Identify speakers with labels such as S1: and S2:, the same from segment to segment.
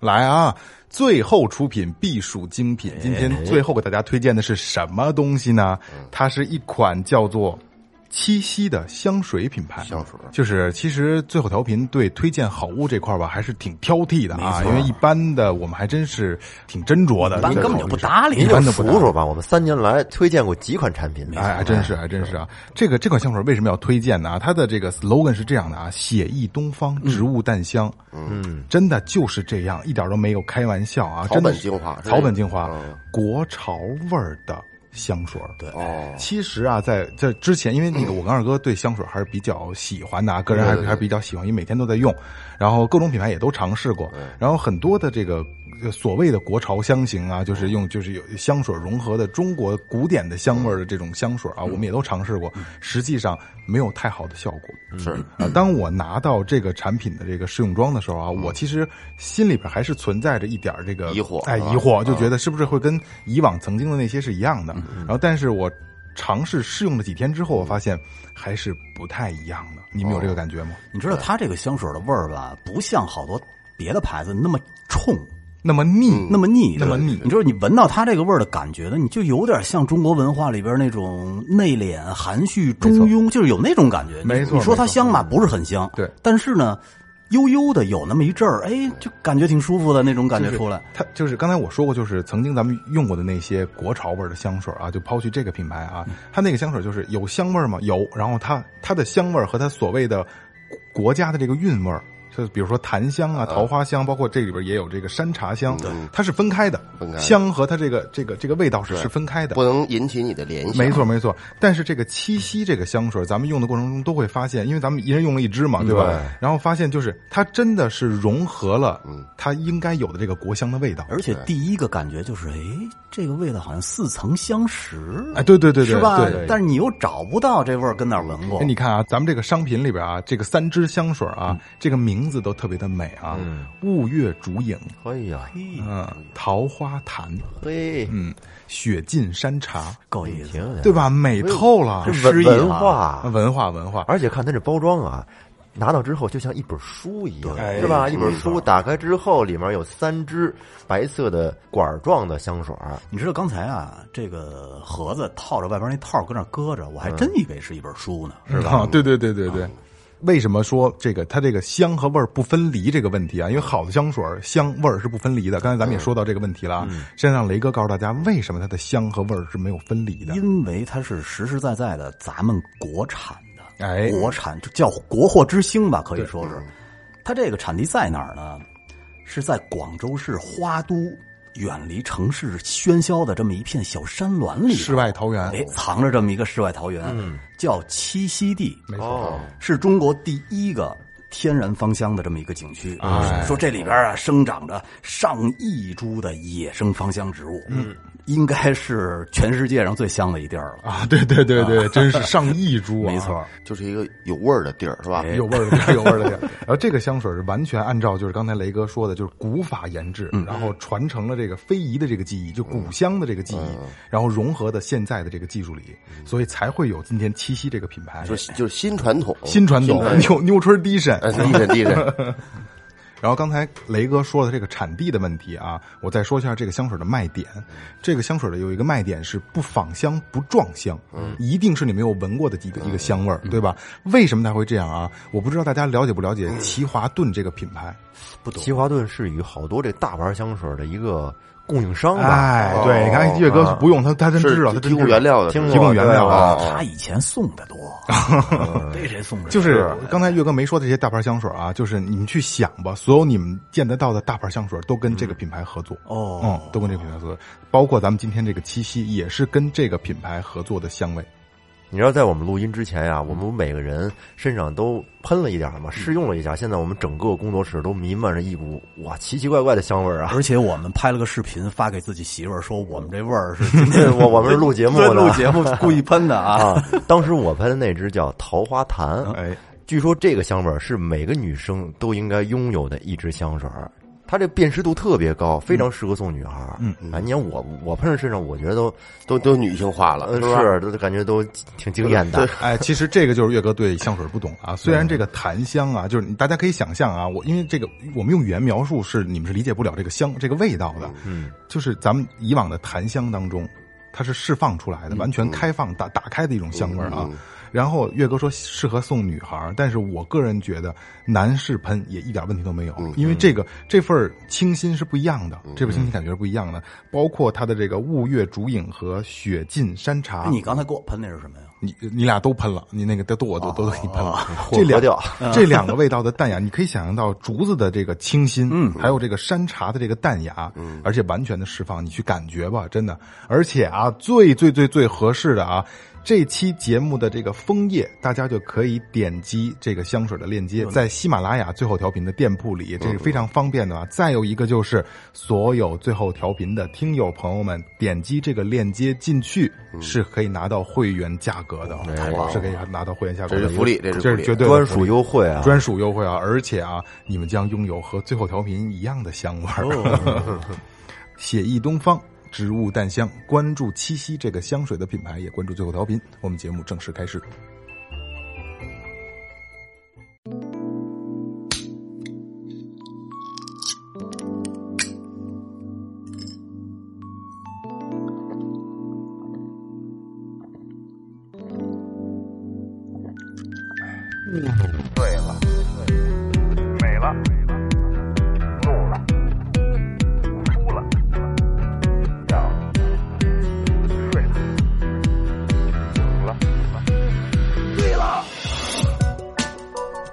S1: 来啊，最后出品必属精品。今天最后给大家推荐的是什么东西呢？它是一款叫做七夕的香水品牌。
S2: 香水
S1: 就是其实最后调频对推荐好物这块儿吧，还是挺挑剔的啊，
S2: 没错
S1: 因为一般的我们还真是挺斟酌的，
S3: 般
S1: 这个
S3: 根本
S1: 考
S3: 就
S1: 虑
S3: 不
S1: 上
S3: 搭理
S1: 一
S2: 您
S1: 般
S2: 就
S1: 都不
S2: 数
S1: 搭理
S2: 数吧，我们三年来推荐过几款产品？
S1: 哎，还真是，还真是啊！这个这款香水为什么要推荐呢？啊，它的这个 slogan 是这样的啊：写意东方，植物淡香。嗯，真的就是这样，一点都没有开玩笑啊！
S2: 草本
S1: 真的是
S2: 精华是
S1: 草本精华
S2: 嗯，
S1: 国潮味儿的香水。对。
S2: 哦，
S1: 其实啊，在在之前，因为那个我跟二哥对香水还是比较喜欢的啊，个人还是还是比较喜欢，因为每天都在用，然后各种品牌也都尝试过，然后很多的这个呃所谓的国潮香型啊，就是用就是有香水融合的中国古典的香味儿的这种香水啊，我们也都尝试过，实际上没有太好的效果。
S2: 是
S1: 啊，当我拿到这个产品的这个试用装的时候啊，我其实心里边还是存在着一点儿这个
S2: 嗯疑惑
S1: 哎，
S2: 啊嗯
S1: 疑惑，就觉得是不是会跟以往曾经的那些是一样的。然后，但是我尝试试用了几天之后，我发现还是不太一样的。你们有这
S2: 哦
S1: 个感觉吗？
S3: 你知道它这个香水的味儿吧，不像好多别的牌子那么冲。
S1: 那么腻，
S3: 那么腻，
S1: 那么腻
S3: 你就是你闻到它这个味儿的感觉呢，你就有点像中国文化里边那种内敛、含蓄、中庸，就是有那种感觉。你
S1: 没错
S3: 你说它
S1: 没错
S3: 香吧，不是很香，
S1: 对
S3: 但是呢，悠悠的有那么一阵儿，哎，就感觉挺舒服的那种感觉出来。
S1: 它就是刚才我说过，就是曾经咱们用过的那些国潮味儿的香水啊，就抛去这个品牌啊，
S3: 嗯
S1: 它那个香水就是有香味儿吗？有，然后它它的香味儿和它所谓的国家的这个韵味儿，就是比如说檀香
S3: 嗯
S1: 啊、桃花香，包括这里边也有这个山茶香，它是分开的，
S2: 分开的
S1: 香和它这个这个这个味道是是分开的，
S2: 不能引起你的联想。
S1: 没错没错，但是这个七夕这个香水，咱们用的过程中都会发现，因为咱们一人用了一支嘛，对吧？
S2: 嗯对
S1: 然后发现就是它真的是融合了它应该有的这个国香的味
S2: 哎
S1: 道。
S3: 而且第一个感觉就是，哎，这个味道好像似曾相识，
S1: 哎，对对对对，
S3: 是吧？
S1: 对
S3: 但是你又找不到这味儿跟哪儿闻过
S1: 哎，。你看啊，咱们这个商品里边啊，这个三支香水
S2: 嗯
S1: 啊，这个名字都特别的美啊，雾月竹影，
S2: 哎呀，
S1: 嗯，桃花潭，
S2: 嘿，
S1: 嗯，雪尽山茶，
S3: 够意思，
S2: 行，
S1: 对吧？美透了
S3: 这，
S2: 哎这
S3: 诗
S2: 文
S3: 意啊
S2: 文化，
S1: 文化文化，
S2: 而且看它这包装啊。拿到之后就像一本书一样，
S1: 对
S2: 是吧？
S1: 哎
S2: 一本书打开之后，里面有三支白色的管状的香水儿，
S3: 你知道刚才啊，这个盒子套着外边那套搁那儿搁着，我还真以为是一本书呢。
S1: 嗯是吧？啊对对对对对。为什么说这个它这个香和味儿不分离这个问题啊？因为好的香水儿香味儿是不分离的。刚才咱们也说到这个问题了啊。先让雷哥告诉大家为什么它的香和味儿是没有分离的。
S3: 因为它是实实在在的咱们国产的，
S1: 哎嗯
S3: 国产就叫国货之星吧，可以说是。它这个产地在哪儿呢？是在广州市花都，远离城市喧嚣的这么一片小山峦里头，
S1: 世外桃源嗯
S3: 哎，藏着这么一个世外桃源，叫栖息地，
S1: 没错，
S2: 哦，
S3: 是中国第一个。天然芳香的这么一个景区，
S1: 哎
S3: 说这里边啊生长着上亿株的野生芳香植物，嗯，应该是全世界上最香的一地儿了。
S1: 啊，对对对对，真是上亿株啊，
S3: 没错，
S2: 就是一个有味儿的地儿，是吧？
S1: 有味儿的地儿，有味儿 的地儿。然后这个香水是完全按照就是刚才雷哥说的，就是古法研制，然后传承了这个非遗的这个技艺，就古香的这个技艺，然后融合到现在的这个技术里，所以才会有今天七夕这个品牌。
S2: 就是就是新传统，
S1: 新传统
S2: 新
S1: ，New New Tradition，
S2: 哎，地震地震，
S1: 然后刚才雷哥说的这个产地的问题啊，我再说一下这个香水的卖点。这个香水的有一个卖点是不仿香、不撞香，
S2: 嗯
S1: 一定是你没有闻过的一个一个香味儿，对吧？为什么它会这样啊？我不知道大家了解不了解齐华顿这个品牌？
S3: 不懂
S2: 齐华顿是与好多这大牌香水的一个供应商吧？
S1: 哎，
S2: 哦
S1: 对，你看岳哥不用他， 他真
S2: 是
S1: 知道，他真
S2: 提
S1: 知
S2: 供
S1: 道
S2: 原料的，
S1: 提供原料啊。
S2: 啊
S3: 他以前送 的多，被谁送的？
S1: 就是刚才岳哥没说的这些大牌香水啊，就是你们去想吧，所有你们见得到的大牌香水都跟这个品牌合作。
S3: 哦
S1: 嗯，，都跟这个品牌合作，包括咱们今天这个七夕也是跟这个品牌合作的香味。
S2: 你知道，在我们录音之前呀、我们每个人身上都喷了一点儿嘛，试用了一下。现在我们整个工作室都弥漫着一股哇奇奇怪怪的香味儿啊！
S3: 而且我们拍了个视频发给自己媳妇儿，说我们这味 儿是今 天
S2: 我我们是录节 目的，
S3: 录 节目故意喷的 啊。
S2: 啊。当时我喷的那只叫桃花潭，
S1: 哎，
S2: 据说这个香味儿是每个女生都应该拥有的一支香水儿。它这辨识度特别高，非常适合送女孩。
S1: 嗯，
S2: 哎，你看我我喷在身上，我觉得都
S4: 都都女性化了，
S1: 呃
S2: 嗯
S4: 啊吧？
S2: 是都感觉都挺惊艳的。
S1: 哎，其实这个就是岳哥对香水不懂啊。虽然这个檀香啊，就是你大家可以想象啊，我因为这个我们用语言描述是你们是理解不了这个香这个味道的。
S2: 嗯，
S1: 就是咱们以往的檀香当中，它是释放出来的，完全开放打打开的一种香味儿啊。然后岳哥说适合送女孩儿，但是我个人觉得男士喷也一点问题都没有，因为这个这份儿清新是不一样的，这份清新感觉是不一样的，包括它的这个雾月竹影和雪浸山茶，
S3: 哎你刚才给我喷那是什么呀？
S1: 你你俩都喷了，你那个都都我都都给你喷了，哦这
S2: 混
S1: 两
S2: 合掉
S4: 啊
S1: 这两个味道的淡雅，你可以想象到竹子的这个清新，嗯，还有这个山茶的这个淡雅，嗯，而且完全的释放，你去感觉吧，真的。而且啊，最最最最合适的啊，这期节目的这个枫叶，大家就可以点击这个香水的链
S4: 嗯
S1: 接，在喜马拉雅最后调频的店铺里，这是非常方便的啊。再有一个就是所有最后调频的听友朋友们，点击这个链接进去
S4: 嗯
S1: 是可以拿到会员价格的，哦是可以拿到会员价格的，
S4: 哎这是福利这是
S1: 这
S4: 福利
S1: 绝对的
S2: 专
S1: 福
S2: 属
S1: 利
S2: 优惠啊！
S1: 专属优惠啊！而且啊，你们将拥有和最后调频一样的香味
S2: 哦
S1: 儿。写意东方植物淡香，关注七夕这个香水的品牌，也关注最后调频。我们节目正式开始。
S5: 美了，怒了，哭了，笑了，睡了，醒了。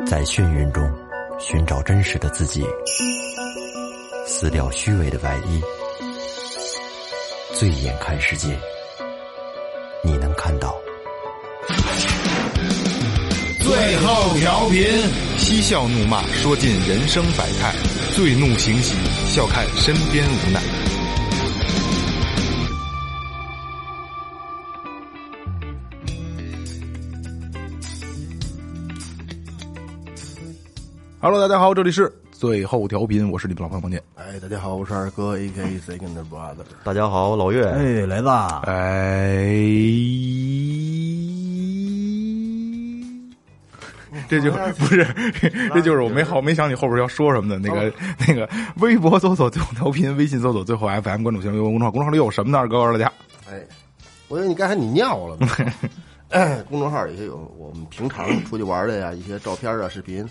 S6: 在眩晕中寻找真实的自己，撕掉虚伪的外衣，醉眼看世界，你能看到。
S1: 最后调频，嬉笑怒骂，说尽人生百态；醉怒行喜，笑看身边无奈。Hello，大家好，这里是最后调频，我是你们老朋友王姐。
S4: 哎，大家好，我是二哥 A K A Second Brother。
S2: 大家好，老岳，
S3: 哎，雷子，
S1: 哎，这就不是，这就是我没好没想起后边要说什么的。那
S4: 哦
S1: 个那个，微博搜索最后调频，微信搜索最后 FM，关注新浪微博公众号，公众号里有什么呢？二哥，二家，
S4: 哎，我以为你刚才你尿了呢。 哎公众号里也有我们平常出去玩的呀，一些照片啊、视频，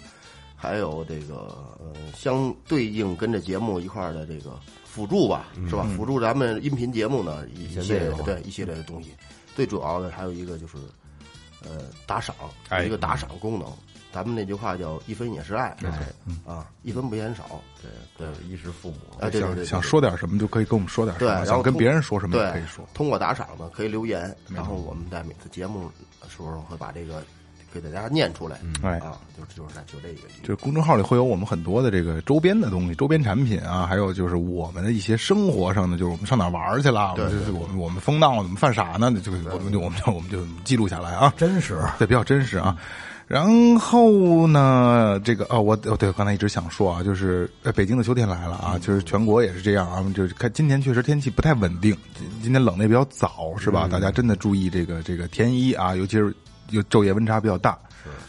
S4: 还有这个呃相对应跟着节目一块儿的这个辅助吧，是吧？辅助咱们音频节目呢嗯一一系列的对一系列的东西。最主要的还有一个就是呃打赏，
S1: 哎
S4: 有一个打赏功能。咱们那句话叫“一分也是爱”，啊，一分不嫌少。对对，
S2: 衣食父母，
S4: 哎，对对对，
S1: 想
S4: 对
S1: 想说点什么就可以跟我们说点什
S4: 对，
S1: 么，
S4: 然
S1: 想
S4: 后
S1: 跟
S4: 通
S1: 别人说什么也
S4: 对
S1: 可以说。
S4: 通过打赏呢，可以留言，
S1: 没
S4: 然后我们在每次节目的时候会把这个给大家念出来。
S1: 哎
S4: 啊，就是就是在就这个意
S1: 就
S4: 思。
S1: 是公众号里会有我们很多的这个周边的东西，周边产品啊，还有就是我们的一些生活上的，就是我们上哪儿玩儿去了，我们就是我们我们疯闹，怎么犯傻呢？就我们就我们就我们就记录下来啊，
S3: 真是
S1: 对，比较真实啊。然后呢，这个哦，我哦对，刚才一直想说啊，就是呃，北京的秋天来了啊，就是全国也是这样啊，就是看今年确实天气不太稳定，今今天冷的也比较早，是吧？
S2: 嗯
S1: 大家真的注意这个这个天一啊，尤其是有昼夜温差比较大，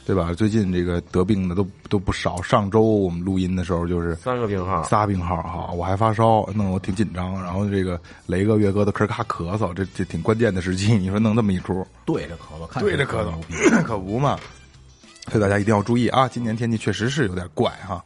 S1: 对吧？最近这个得病的都都不少，上周我们录音的时候就是
S2: 三个病号，
S1: 仨病号哈，我还发烧，弄得我挺紧张。然后这个雷哥、岳哥都咳咔咳嗽，这这挺关键的时期，你说弄这么一出，
S3: 对着咳嗽，看
S1: 对着咳嗽，可不嘛。所以大家一定要注意啊！今年天气确实是有点怪哈。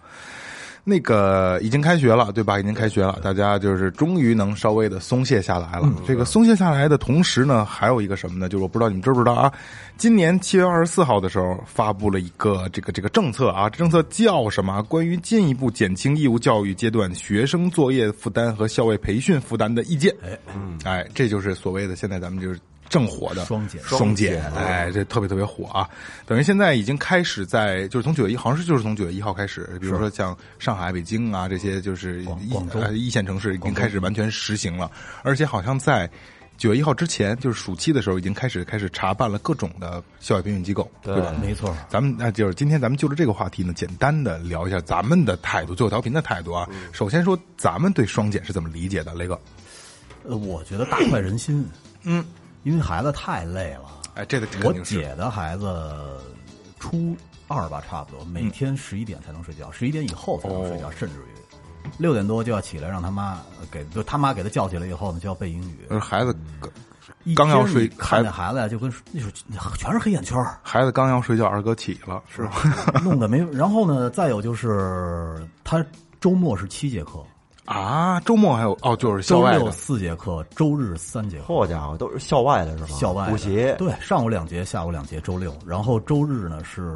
S1: 那个已经开学了，对吧？已经开学了，大家就是终于能稍微的松懈下来了。这个松懈下来的同时呢，还有一个什么呢？就是我不知道你们知不知道啊？今年七月二十四号的时候发布了一个这个这个政策啊，这政策叫什么？啊关于进一步减轻义务教育阶段学生作业负担和校外培训负担的意见。哎，哎，这就是所谓的现在咱们就是正火的
S3: 双减嗯
S1: 双减，哎，这特别特别火啊！等于现在已经开始在，就是从九月一，好像是就是从九月一号开始，比如说像上海、北京啊这些，就是一
S3: 广广州
S1: 呃一线城市已经开始完全实行了，而且好像在九月一号之前，就是暑期的时候，已经开始开始查办了各种的校外培训机构，对吧？
S3: 没错，
S1: 咱们那就是今天咱们就着这个话题呢，简单的聊一下咱们的态度，最后调频的态度啊。
S3: 嗯
S1: 首先说咱们对双减是怎么理解的，雷哥？
S3: 呃，我觉得大快人心，
S1: 嗯，
S3: 因为孩子太累了。
S1: 哎，这个肯
S3: 我
S1: 定是
S3: 姐的孩子初二吧，差
S1: 嗯
S3: 不多每天十一点才能睡觉，十一点以后才能睡
S1: 哦
S3: 觉，甚至于六点多就要起来，让他妈呃给就他妈给他叫起来以后呢，就要背英语。
S1: 呃孩子
S3: 一
S1: 刚要
S3: 天
S1: 睡
S3: 你看
S1: 孩
S3: 那孩子呀，就跟那时候全是黑眼圈 儿，
S1: 孩子刚要睡觉，二哥起了，是吧？
S3: 弄得没有。然后呢，再有就是他周末是七节课，
S1: 啊，周末还有哦，就是校
S3: 周
S1: 外
S3: 六
S1: 的，
S3: 四节课，周日三节课。
S2: 好家伙，都是校外的是吧？
S3: 校外的
S2: 啊补习，
S3: 对，上午两节，下午两节，周六，然后周日呢是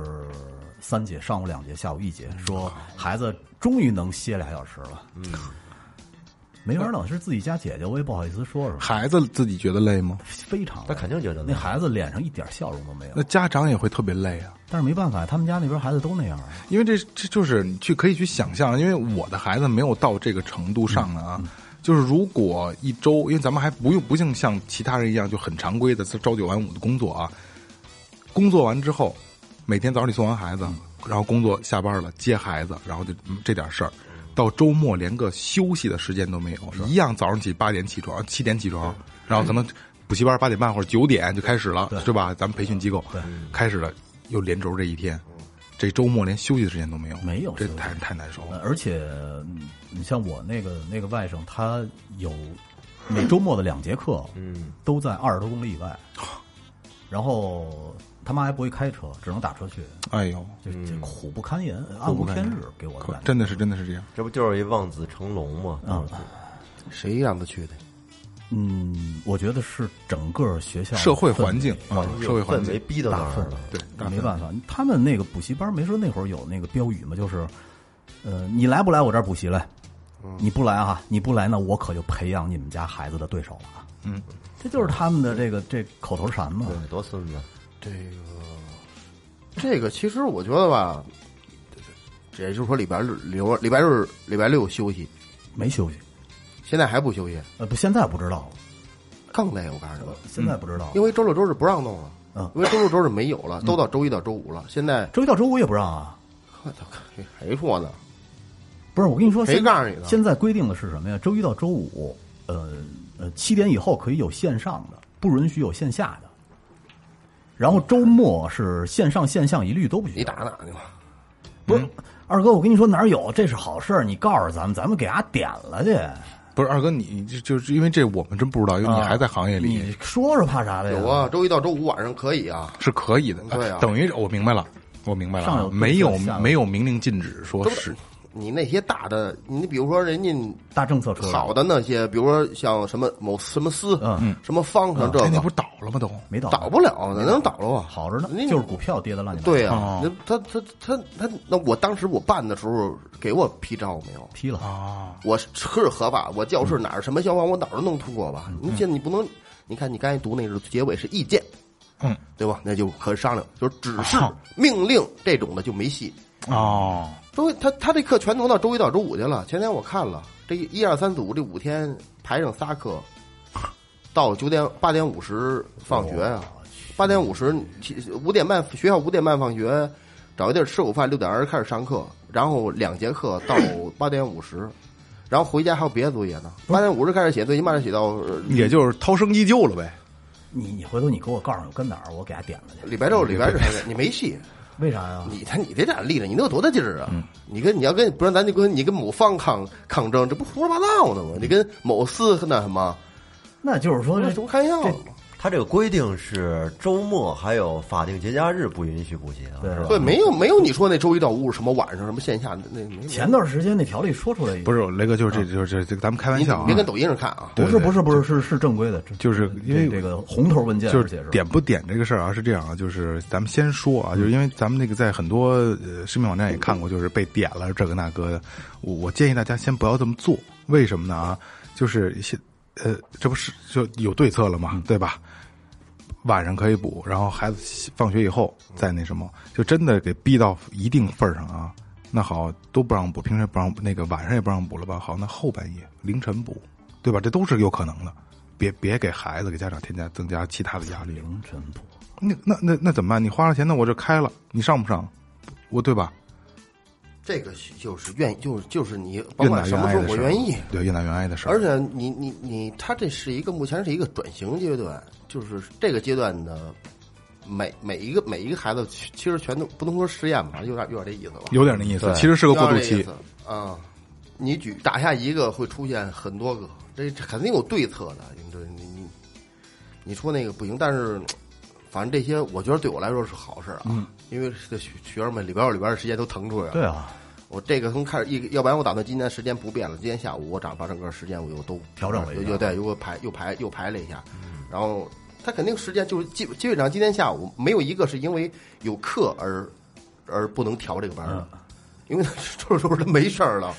S3: 三节，上午两节，下午一节。说
S2: 啊
S3: 孩子终于能歇俩小时了，嗯，没法弄，是自己家姐姐，我也不好意思说什么，
S1: 孩子自己觉得累吗？
S3: 非常累
S2: 哎那肯定觉得累。
S3: 那孩子脸上一点笑容都没
S1: 那
S3: 有，
S1: 家长也会特别累啊。
S3: 但是没办法，他们家那边孩子都那样啊，
S1: 因为这这就是你去可以去想象，因为我的孩子没有到这个程度上呢啊。就是如果一周，因为咱们还不用不像像其他人一样就很常规的朝九晚五的工作啊，工作完之后，每天早上你送完孩子，
S3: 嗯
S1: 然后工作下班了接孩子，然后就嗯这点事儿，到周末连个休息的时间都没有，一样早上起八点起床，七点起床，然后可能补习班八点半或者九点就开始了，是吧？咱们培训机构开始了，又连轴这一天，这周末连休息的时间都没有，
S3: 嗯没有
S1: 这
S3: 休息
S1: 太太难受
S3: 呃
S1: 了。
S3: 而且嗯你像我那个那个外甥，他有每周末的两节课，
S2: 嗯，
S3: 都在二十多公里以外，
S1: 哦
S3: 然后他妈还不会开车，只能打车去，
S1: 哎呦，
S3: 就就苦不堪言，暗
S1: 苦不
S3: 无
S1: 堪
S3: 天
S1: 言
S3: 日，给我的
S1: 可
S3: 感觉。
S1: 真的是真的是这样。
S2: 这不就是一望子成龙吗？
S3: 嗯
S4: 谁让他去的？
S3: 嗯，我觉得是整个学校
S1: 社会
S3: 氛围
S1: 环境
S3: 嗯
S1: 啊，社会环
S2: 氛围
S1: 境，
S2: 逼到那
S3: 大
S2: 儿
S3: 氛
S2: 了
S3: 围。
S1: 对，大
S3: 没
S1: 分
S3: 办法。他们那个补习班没说那会儿有那个标语吗？就是，呃，你来不来我这儿补习来？
S1: 嗯
S3: 你不来啊，你不来呢，我可就培养你们家孩子的对手了啊。
S1: 嗯，
S3: 这就是他们的这个这口头禅嘛。
S2: 对，多孙子，
S4: 这个，这个其实我觉得吧，这也就是说礼拜日、礼拜礼拜日、礼拜六休息，
S3: 没休息，
S4: 现在还不休息，
S3: 呃，不，现在不知道，
S4: 更累。我告诉你们，
S1: 哦
S3: 现在不知道，
S1: 嗯
S4: 因为周六周日不让弄了，
S3: 嗯
S4: 因为周六周日没有了，都到周一到周五了。现在
S3: 周一到周五也不让啊。
S4: 我操，谁说
S1: 哎
S4: 呢？
S3: 不是，我跟你说，
S4: 谁
S3: 现在
S4: 告诉你的
S3: 现在规定的是什么呀？周一到周五，呃呃，七点以后可以有线上的，不允许有线下的。然后周末是线上线下一律都不许。
S4: 你打嗯哪去吧？
S3: 不是、二哥，我跟你说哪儿有？这是好事儿，你告诉咱们，咱们给他点了去。
S1: 不是二哥，你你就就是因为这我们真不知道，因为你
S3: 啊
S1: 还在行业里
S3: 你，说说怕啥的呀？
S4: 有啊，周一到周五晚上可以啊。
S1: 是可以的。
S4: 对啊
S1: 等于我明白了，我明白了
S3: 上有
S1: 啊，
S3: 对策
S1: 没有
S3: 下有
S1: 没有明令禁止说
S4: 都
S1: 是
S4: 你那些大的，你比如说人家
S3: 大政策出来了
S4: 好的那些，比如说像什么某什么司，
S3: 嗯，
S4: 什么方，什么这
S1: 哎，那
S4: 个
S1: 不，倒了吗？都
S3: 没倒
S4: 倒不了，哪能倒了啊？
S3: 好着呢
S4: 那，
S3: 就是股票跌的乱七八糟。
S4: 对呀、
S1: 哦
S4: 那他他他他，那我当时我办的时候给我批照没有？
S3: 批了，
S1: 啊，
S4: 我是合法，我教室哪儿什么消防，我哪儿都弄通过吧？你现在你不能，你看你刚才读那是结尾是意见，
S1: 嗯，
S4: 对吧？那就可商量，就是指示
S1: 哦、
S4: 命令这种的就没戏。
S1: 哦，
S4: 周一他他这课全挪到周一到周五去了。前天我看了这一二三组这五天排上仨课，到九点八点五十放学啊，
S3: 哦
S4: 八点五十五点半学校五点半放学，找一地儿吃午饭，六点二十开始上课，然后两节课到八点五十，然后回家还有别的作业呢。八点五十开始写作业，慢点写到呃
S1: 也就是涛声依旧了呗。
S3: 你你回头你给我告诉我跟哪儿，我给他点了去。
S4: 礼拜六、礼拜日，你没戏。
S3: 为啥呀？
S4: 你他你这点立着，你能有多大劲儿啊？
S1: 嗯
S4: 你跟你要跟不然咱就跟你跟某方抗抗争，这不胡说八道呢吗？你跟某司那什么，
S3: 那就是说
S4: 这
S3: 这
S4: 这不看样子吗？
S2: 他这个规定是周末还有法定节假日不允许补习啊，
S3: 对
S2: 是吧？
S4: 对，没有没有你说那周一到五什么晚上什么线下那那没有
S3: 前段时间那条例说出来一个，
S1: 不是雷哥，就是这就是这，咱们开玩
S4: 你
S1: 笑啊
S4: 别，跟抖音上看啊，
S1: 对
S3: 不是不是不是是是正规的，这
S1: 就是因为
S3: 这这个红头文件，
S1: 就
S3: 而且
S1: 是点不点这个事儿啊，是这样啊，就是咱们先说啊，就是因为咱们那个在很多呃视频网站也看过，就是被点了这个那个的，我我建议大家先不要这么做，为什么呢啊？就是现呃，这不是就有对策了嘛，对吧？晚上可以补，然后孩子放学以后再那什么，就真的给逼到一定份儿上啊。那好，都不让补，平时不让补那个晚上也不让补了吧？好，那后半夜凌晨补，对吧？这都是有可能的。别别给孩子给家长添加增加其他的压力了。
S3: 凌晨播，
S1: 那那那那怎么办？你花了钱，那我这开了，你上不上？我对吧？
S4: 这个就是愿意，就是就是你甭
S1: 越
S4: 管
S1: 难越
S4: 什么
S1: 挨
S4: 时候
S1: 的事
S4: 我
S1: 儿
S4: 愿意，
S1: 对，越难越挨的事儿。
S4: 而且你你你，它这是一个目前是一个转型阶段，就是这个阶段的每每一个每一个孩子，其其实全都不能说实验吧，有点有点这意思吧，
S1: 有点那意思，
S2: 对
S1: 其实是
S4: 有
S1: 个
S4: 点
S1: 过渡
S4: 这意
S1: 期
S4: 思。啊。你举打下一个会出现很多个，这这肯定有对策的。你这你你你说那个不行，但是反正这些我觉得对我来说是好事啊，
S1: 嗯
S4: 因为这学学生们里边有里边的时间都腾出来了。
S3: 对啊，
S4: 我这个从开始一，要不然我打算今天时间不变了。今天下午我找把整个时间我又都
S3: 调整了一下
S4: 又又对，又给我排又排又排了一下。然后他肯定时间就是基基本上今天下午没有一个是因为有课而而不能调这个班的，因为他这时候他没事儿了，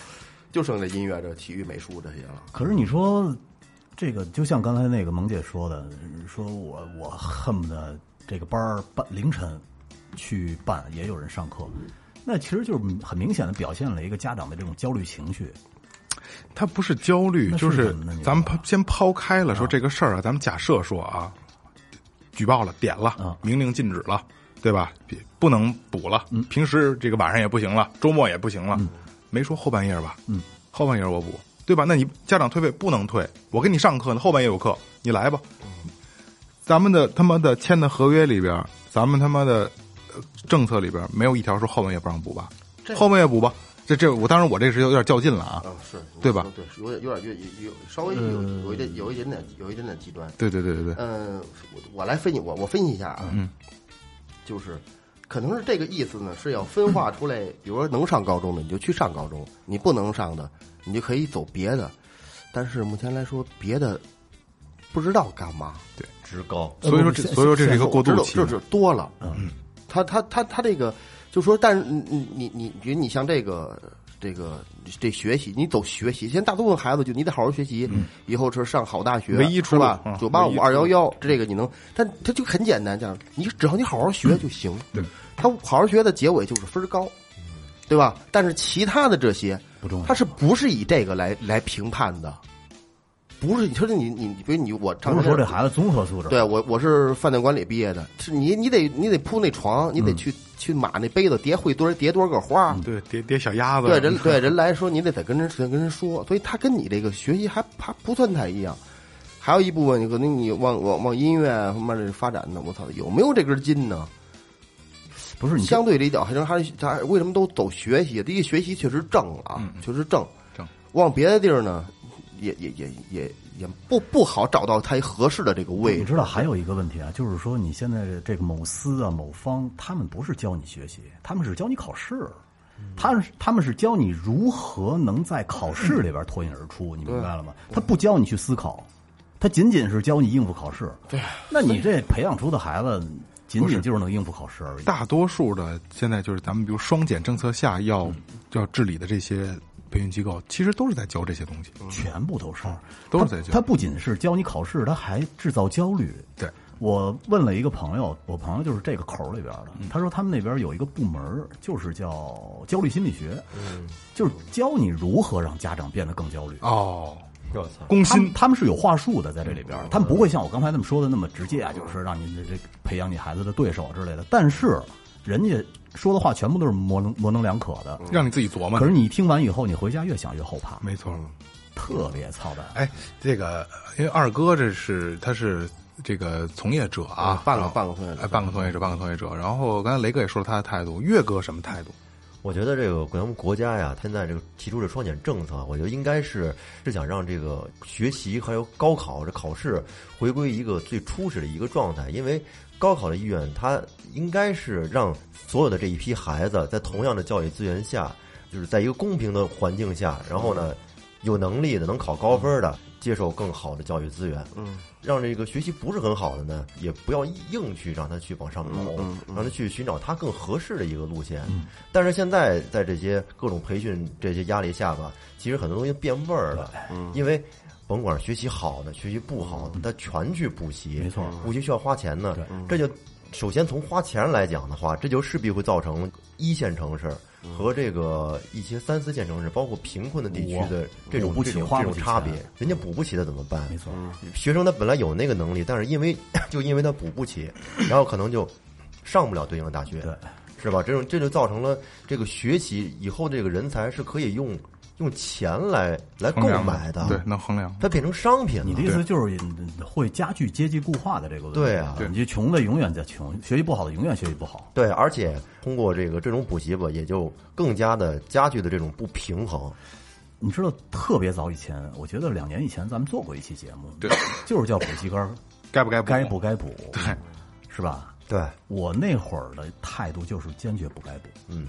S4: 就剩这音乐、这体育、美术这些了。
S3: 可是你说这个，就像刚才那个萌姐说的，说我我恨不得这个班儿办凌晨去办，也有人上课，那其实就是很明显的表现了一个家长的这种焦虑情绪。
S1: 他不是焦虑，
S3: 那是
S1: 就
S3: 什么呢你
S1: 咱们
S3: 说
S1: 抛先抛开了说这个事儿啊，咱们假设说啊，举报了，点
S3: 啊
S1: 了，明令禁止了，对吧？别不能补了，
S3: 嗯
S1: 平时这个晚上也不行了，周末也不行了，没说后半夜吧？
S3: 嗯，
S1: 后半夜我补，对吧？那你家长退费不能退，我给你上课呢，后半夜有课，你来吧。咱们的他妈的签的合约里边，咱们他妈的呃政策里边没有一条说后半夜不让补吧？后半夜补吧。这这，我当然我这是有点较劲了啊。
S4: 嗯，是
S1: 对吧
S4: 对，呃有点有点有有稍微有有一点有一点点有一点点极端。
S1: 对对对对对，
S4: 嗯，我我来分析，我我分析一下啊，
S1: 嗯
S4: 就是可能是这个意思呢，是要分化出来，比如说能上高中的你就去上高中，你不能上的你就可以走别的，但是目前来说别的不知道干嘛，
S2: 职高，
S1: 所以说这所以说这是一个过渡
S4: 我
S1: 期
S4: 知道就是多了，嗯，他他他他这个就说，但是你你你你，比如你像这个。这个这学习，你走学习。现在大部分孩子就你得好好学习，以后是上好大学，
S1: 嗯唯一
S4: 是
S1: 出路
S4: 吧
S1: 嗯？
S4: 九八
S1: 唯一
S4: 五
S1: 出
S4: 二幺幺，这个你能，但他就很简单，这样你只要你好好学就行。
S1: 嗯对，
S4: 他好好学的结尾就是分儿高，对吧？但是其他的这些
S3: 不重要
S4: 他是不是以这个来来评判的？不是，就是你你你，比如你我
S3: 不
S4: 上
S3: 是
S4: 学
S3: 说这孩子综合素质，
S4: 对我，我是饭店管理毕业的，是你，你得你得铺那床，你得
S1: 嗯
S4: 去、去码那杯子，叠会多叠多少个花。
S1: 对，叠叠小鸭子，
S4: 对人对人来说，你得得跟人跟人说，所以他跟你这个学习还还不算太一样。还有一部分，你可能你往往往音乐啊什么的发展呢，我操，有没有这根筋呢？
S3: 不
S1: 嗯
S3: 是你
S4: 相对理解，还是还是他为什么都走学习？第一，学习确实正啊，确实正。
S1: 嗯正
S4: 往别的地儿呢，也也也也也不不好找到他合适的这个位
S3: 你
S4: 置。
S3: 知道还有一个问题啊，就是说你现在这个某司啊、某方，他们不是教你学习，他们是教你考试，他们是他们是教你如何能在考试里边脱颖而出，你明白了吗？他不教你去思考，他仅仅是教你应付考试。对，那你这培养出的孩子，仅仅就是能应付考试而 已。
S1: 大多数的现在就是咱们比如双减政策下要要治理的这些培训机构，其实都是在教这些东西。
S3: 全部都是，
S1: 嗯都是
S3: 他
S1: 在教
S3: 他不仅是教你考试，他还制造焦虑。
S1: 对，
S3: 我问了一个朋友，我朋友就是这个口儿里边的，
S1: 嗯
S3: 他说他们那边有一个部门儿，就是叫焦虑心理学，就是教你如何让家长变得更焦虑。
S1: 嗯哦，
S2: 我操，
S1: 攻
S3: 他们
S1: 心嗯
S3: 他们是有话术的，在这里边儿，他们不会像我刚才那么说的那么直接啊，就是让你这这培养你孩子的对手之类
S1: 嗯
S3: 的。但是人家说的话全部都是模棱模棱两可的，
S1: 让你自己琢磨。
S3: 可是你听完以后，你回家越想越后怕，
S1: 没错，
S3: 特别操蛋。
S1: 哎，这个因为二哥这是他是这个从业者啊，
S4: 半个
S1: 然后
S4: 半个从业者
S1: 哎，半个从业者，半个从业者。然后刚才雷哥也说了他的态度，岳哥什么态度？
S2: 我觉得这个咱们国家呀，它现在这个提出这双减政策，我觉得应该是是想让这个学习还有高考这考试回归一个最初始的一个状态，因为高考的意愿，它应该是让所有的这一批孩子在同样的教育资源下，就是在一个公平的环境下，然后
S4: 嗯
S2: 呢，有能力的能考高分的，接受更好的教育资源，
S4: 嗯，
S2: 让这个学习不是很好的呢，也不要硬去让他去往上走，
S4: 嗯
S2: 让他去寻找他更合适的一个路线。但是现在在这些各种培训这些压力下吧，其实很多东西变味儿了，嗯
S3: 嗯
S2: 因为甭管是学习好的、学习不好的，他全去补习，
S3: 没错
S1: 嗯
S2: 补习需要花钱呢
S3: 对，嗯
S2: 这就首先从花钱来讲的话，这就势必会造成一线城市
S3: 嗯
S2: 和这个一些三四线城市，包括贫困的地区的这种
S3: 补不
S2: 这
S3: 起
S2: 种
S3: 花
S2: 这
S3: 不
S2: 种
S3: 起
S2: 差别
S3: 钱，嗯
S2: 人家补不起的怎么办？
S3: 没错，
S2: 学生他本来有那个能力，但是因为 就因为他补不起，然后可能就上不了对应的大学，
S3: 对，
S2: 是吧？这种这就造成了这个学习以后这个人才是可以用用钱来来购
S1: 衡量
S2: 买的，
S1: 对，，能衡量。
S2: 它变成商品了。
S3: 你的意思就是会加剧阶级固化的这个问题。
S2: 对啊
S3: 你这穷的永远在穷，学习不好的永远学习不好。
S2: 对，而且通过这个这种补习吧，也就更加的加剧的这种不平衡。
S3: 你知道，特别早以前，我觉得两年以前咱们做过一期节目，
S1: 对，
S3: 就是叫补习班儿，
S1: 该不该补
S3: 该不该补，对，是吧？
S2: 对，
S3: 我那会儿的态度就是坚决不该补，
S2: 嗯，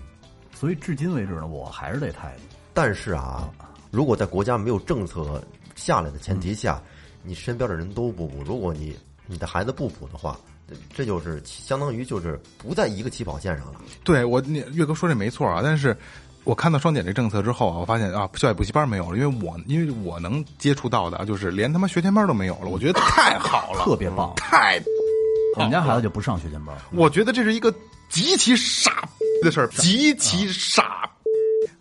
S3: 所以至今为止呢，我还是这态度。
S2: 但是啊，如果在国家没有政策下来的前提下，你身边的人都不补，如果你你的孩子不补的话，这这就是相当于就是不在一个起跑线上了。
S1: 对我，你岳哥说这没错啊，但是我看到双减这政策之后啊，我发现啊，校外补习班没有了，因为我因为我能接触到的啊，就是连他妈学前班都没有了，我觉得太好了，
S3: 特别棒
S1: 太，
S3: 我们家孩子就不上学前班儿，
S1: 我觉得这是一个极其傻的事儿，啊极其傻。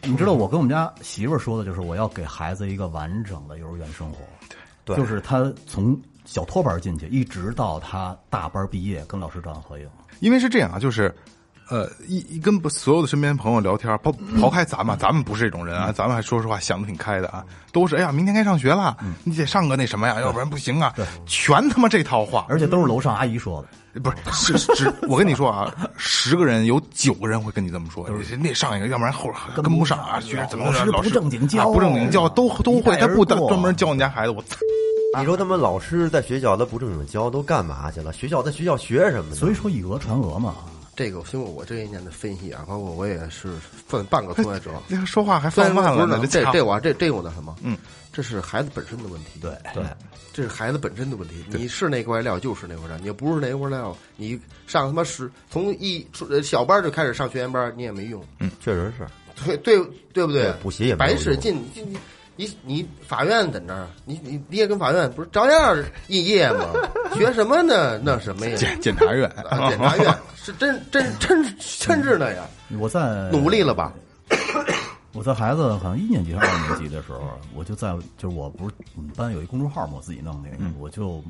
S3: 你知道我跟我们家媳妇儿说的就是我要给孩子一个完整的幼儿园生活，
S2: 对
S3: 就是他从小托班进去，一直到他大班毕业，跟老师照样合影。
S1: 因为是这样啊，就是。呃，一一跟所有的身边朋友聊天，抛抛开咱们，咱们不是这种人啊，咱们还说实话想的挺开的啊，都是哎呀，明天该上学了，你得上个那什么呀，要不然不行啊，全他妈这套话，
S3: 而且都是楼上阿姨说的，
S4: 嗯
S1: 不是是只我跟你说啊，十个人有九个人会跟你这么说，那上一个，要不然后跟不上啊，学生怎么
S3: 老
S1: 着
S3: 师
S1: 老师
S3: 不正经
S1: 啊
S3: 教嗯
S1: 不正经教都都会，
S3: 一带
S1: 他
S3: 而
S1: 不专
S3: 过
S1: 专门教你家孩子，我操！
S2: 你说他们老师在学校他不正经教，都干嘛去了？学校在学校学什么呢？
S3: 所以说以讹传讹嘛。
S4: 这个经过我这一年的分析啊，包括我也是算半个挫 败者。
S1: 那个说话还
S4: 虽
S1: 放
S4: 然
S1: 慢
S4: 说
S1: 了
S4: 不
S1: 呢，
S4: 是这
S1: 操
S4: 这我啊这这我那什么，
S1: 嗯，
S4: 这是孩子本身的问题，哎
S2: 对，
S3: 对，
S4: 这是孩子本身的问题。你是那块料就是那块料，你不是那块料，你上他妈十从一呃小班就开始上学前班，你也没用，
S2: 确实是。
S4: 对对对不
S2: 对补习也没有
S4: 白使劲，你你你你法院在那儿，你你你也跟法院不是照样毕业吗？学什么呢？那什么呀？
S1: 检检察院，
S4: 啊，检察院是真真真真是那样，
S3: 我在
S4: 努力了吧？
S3: 我在孩子好像一年级还是二年级的时候，啊我就在就是我不是我们班有一公众号嘛，我自己弄那个，
S1: 嗯
S3: 我就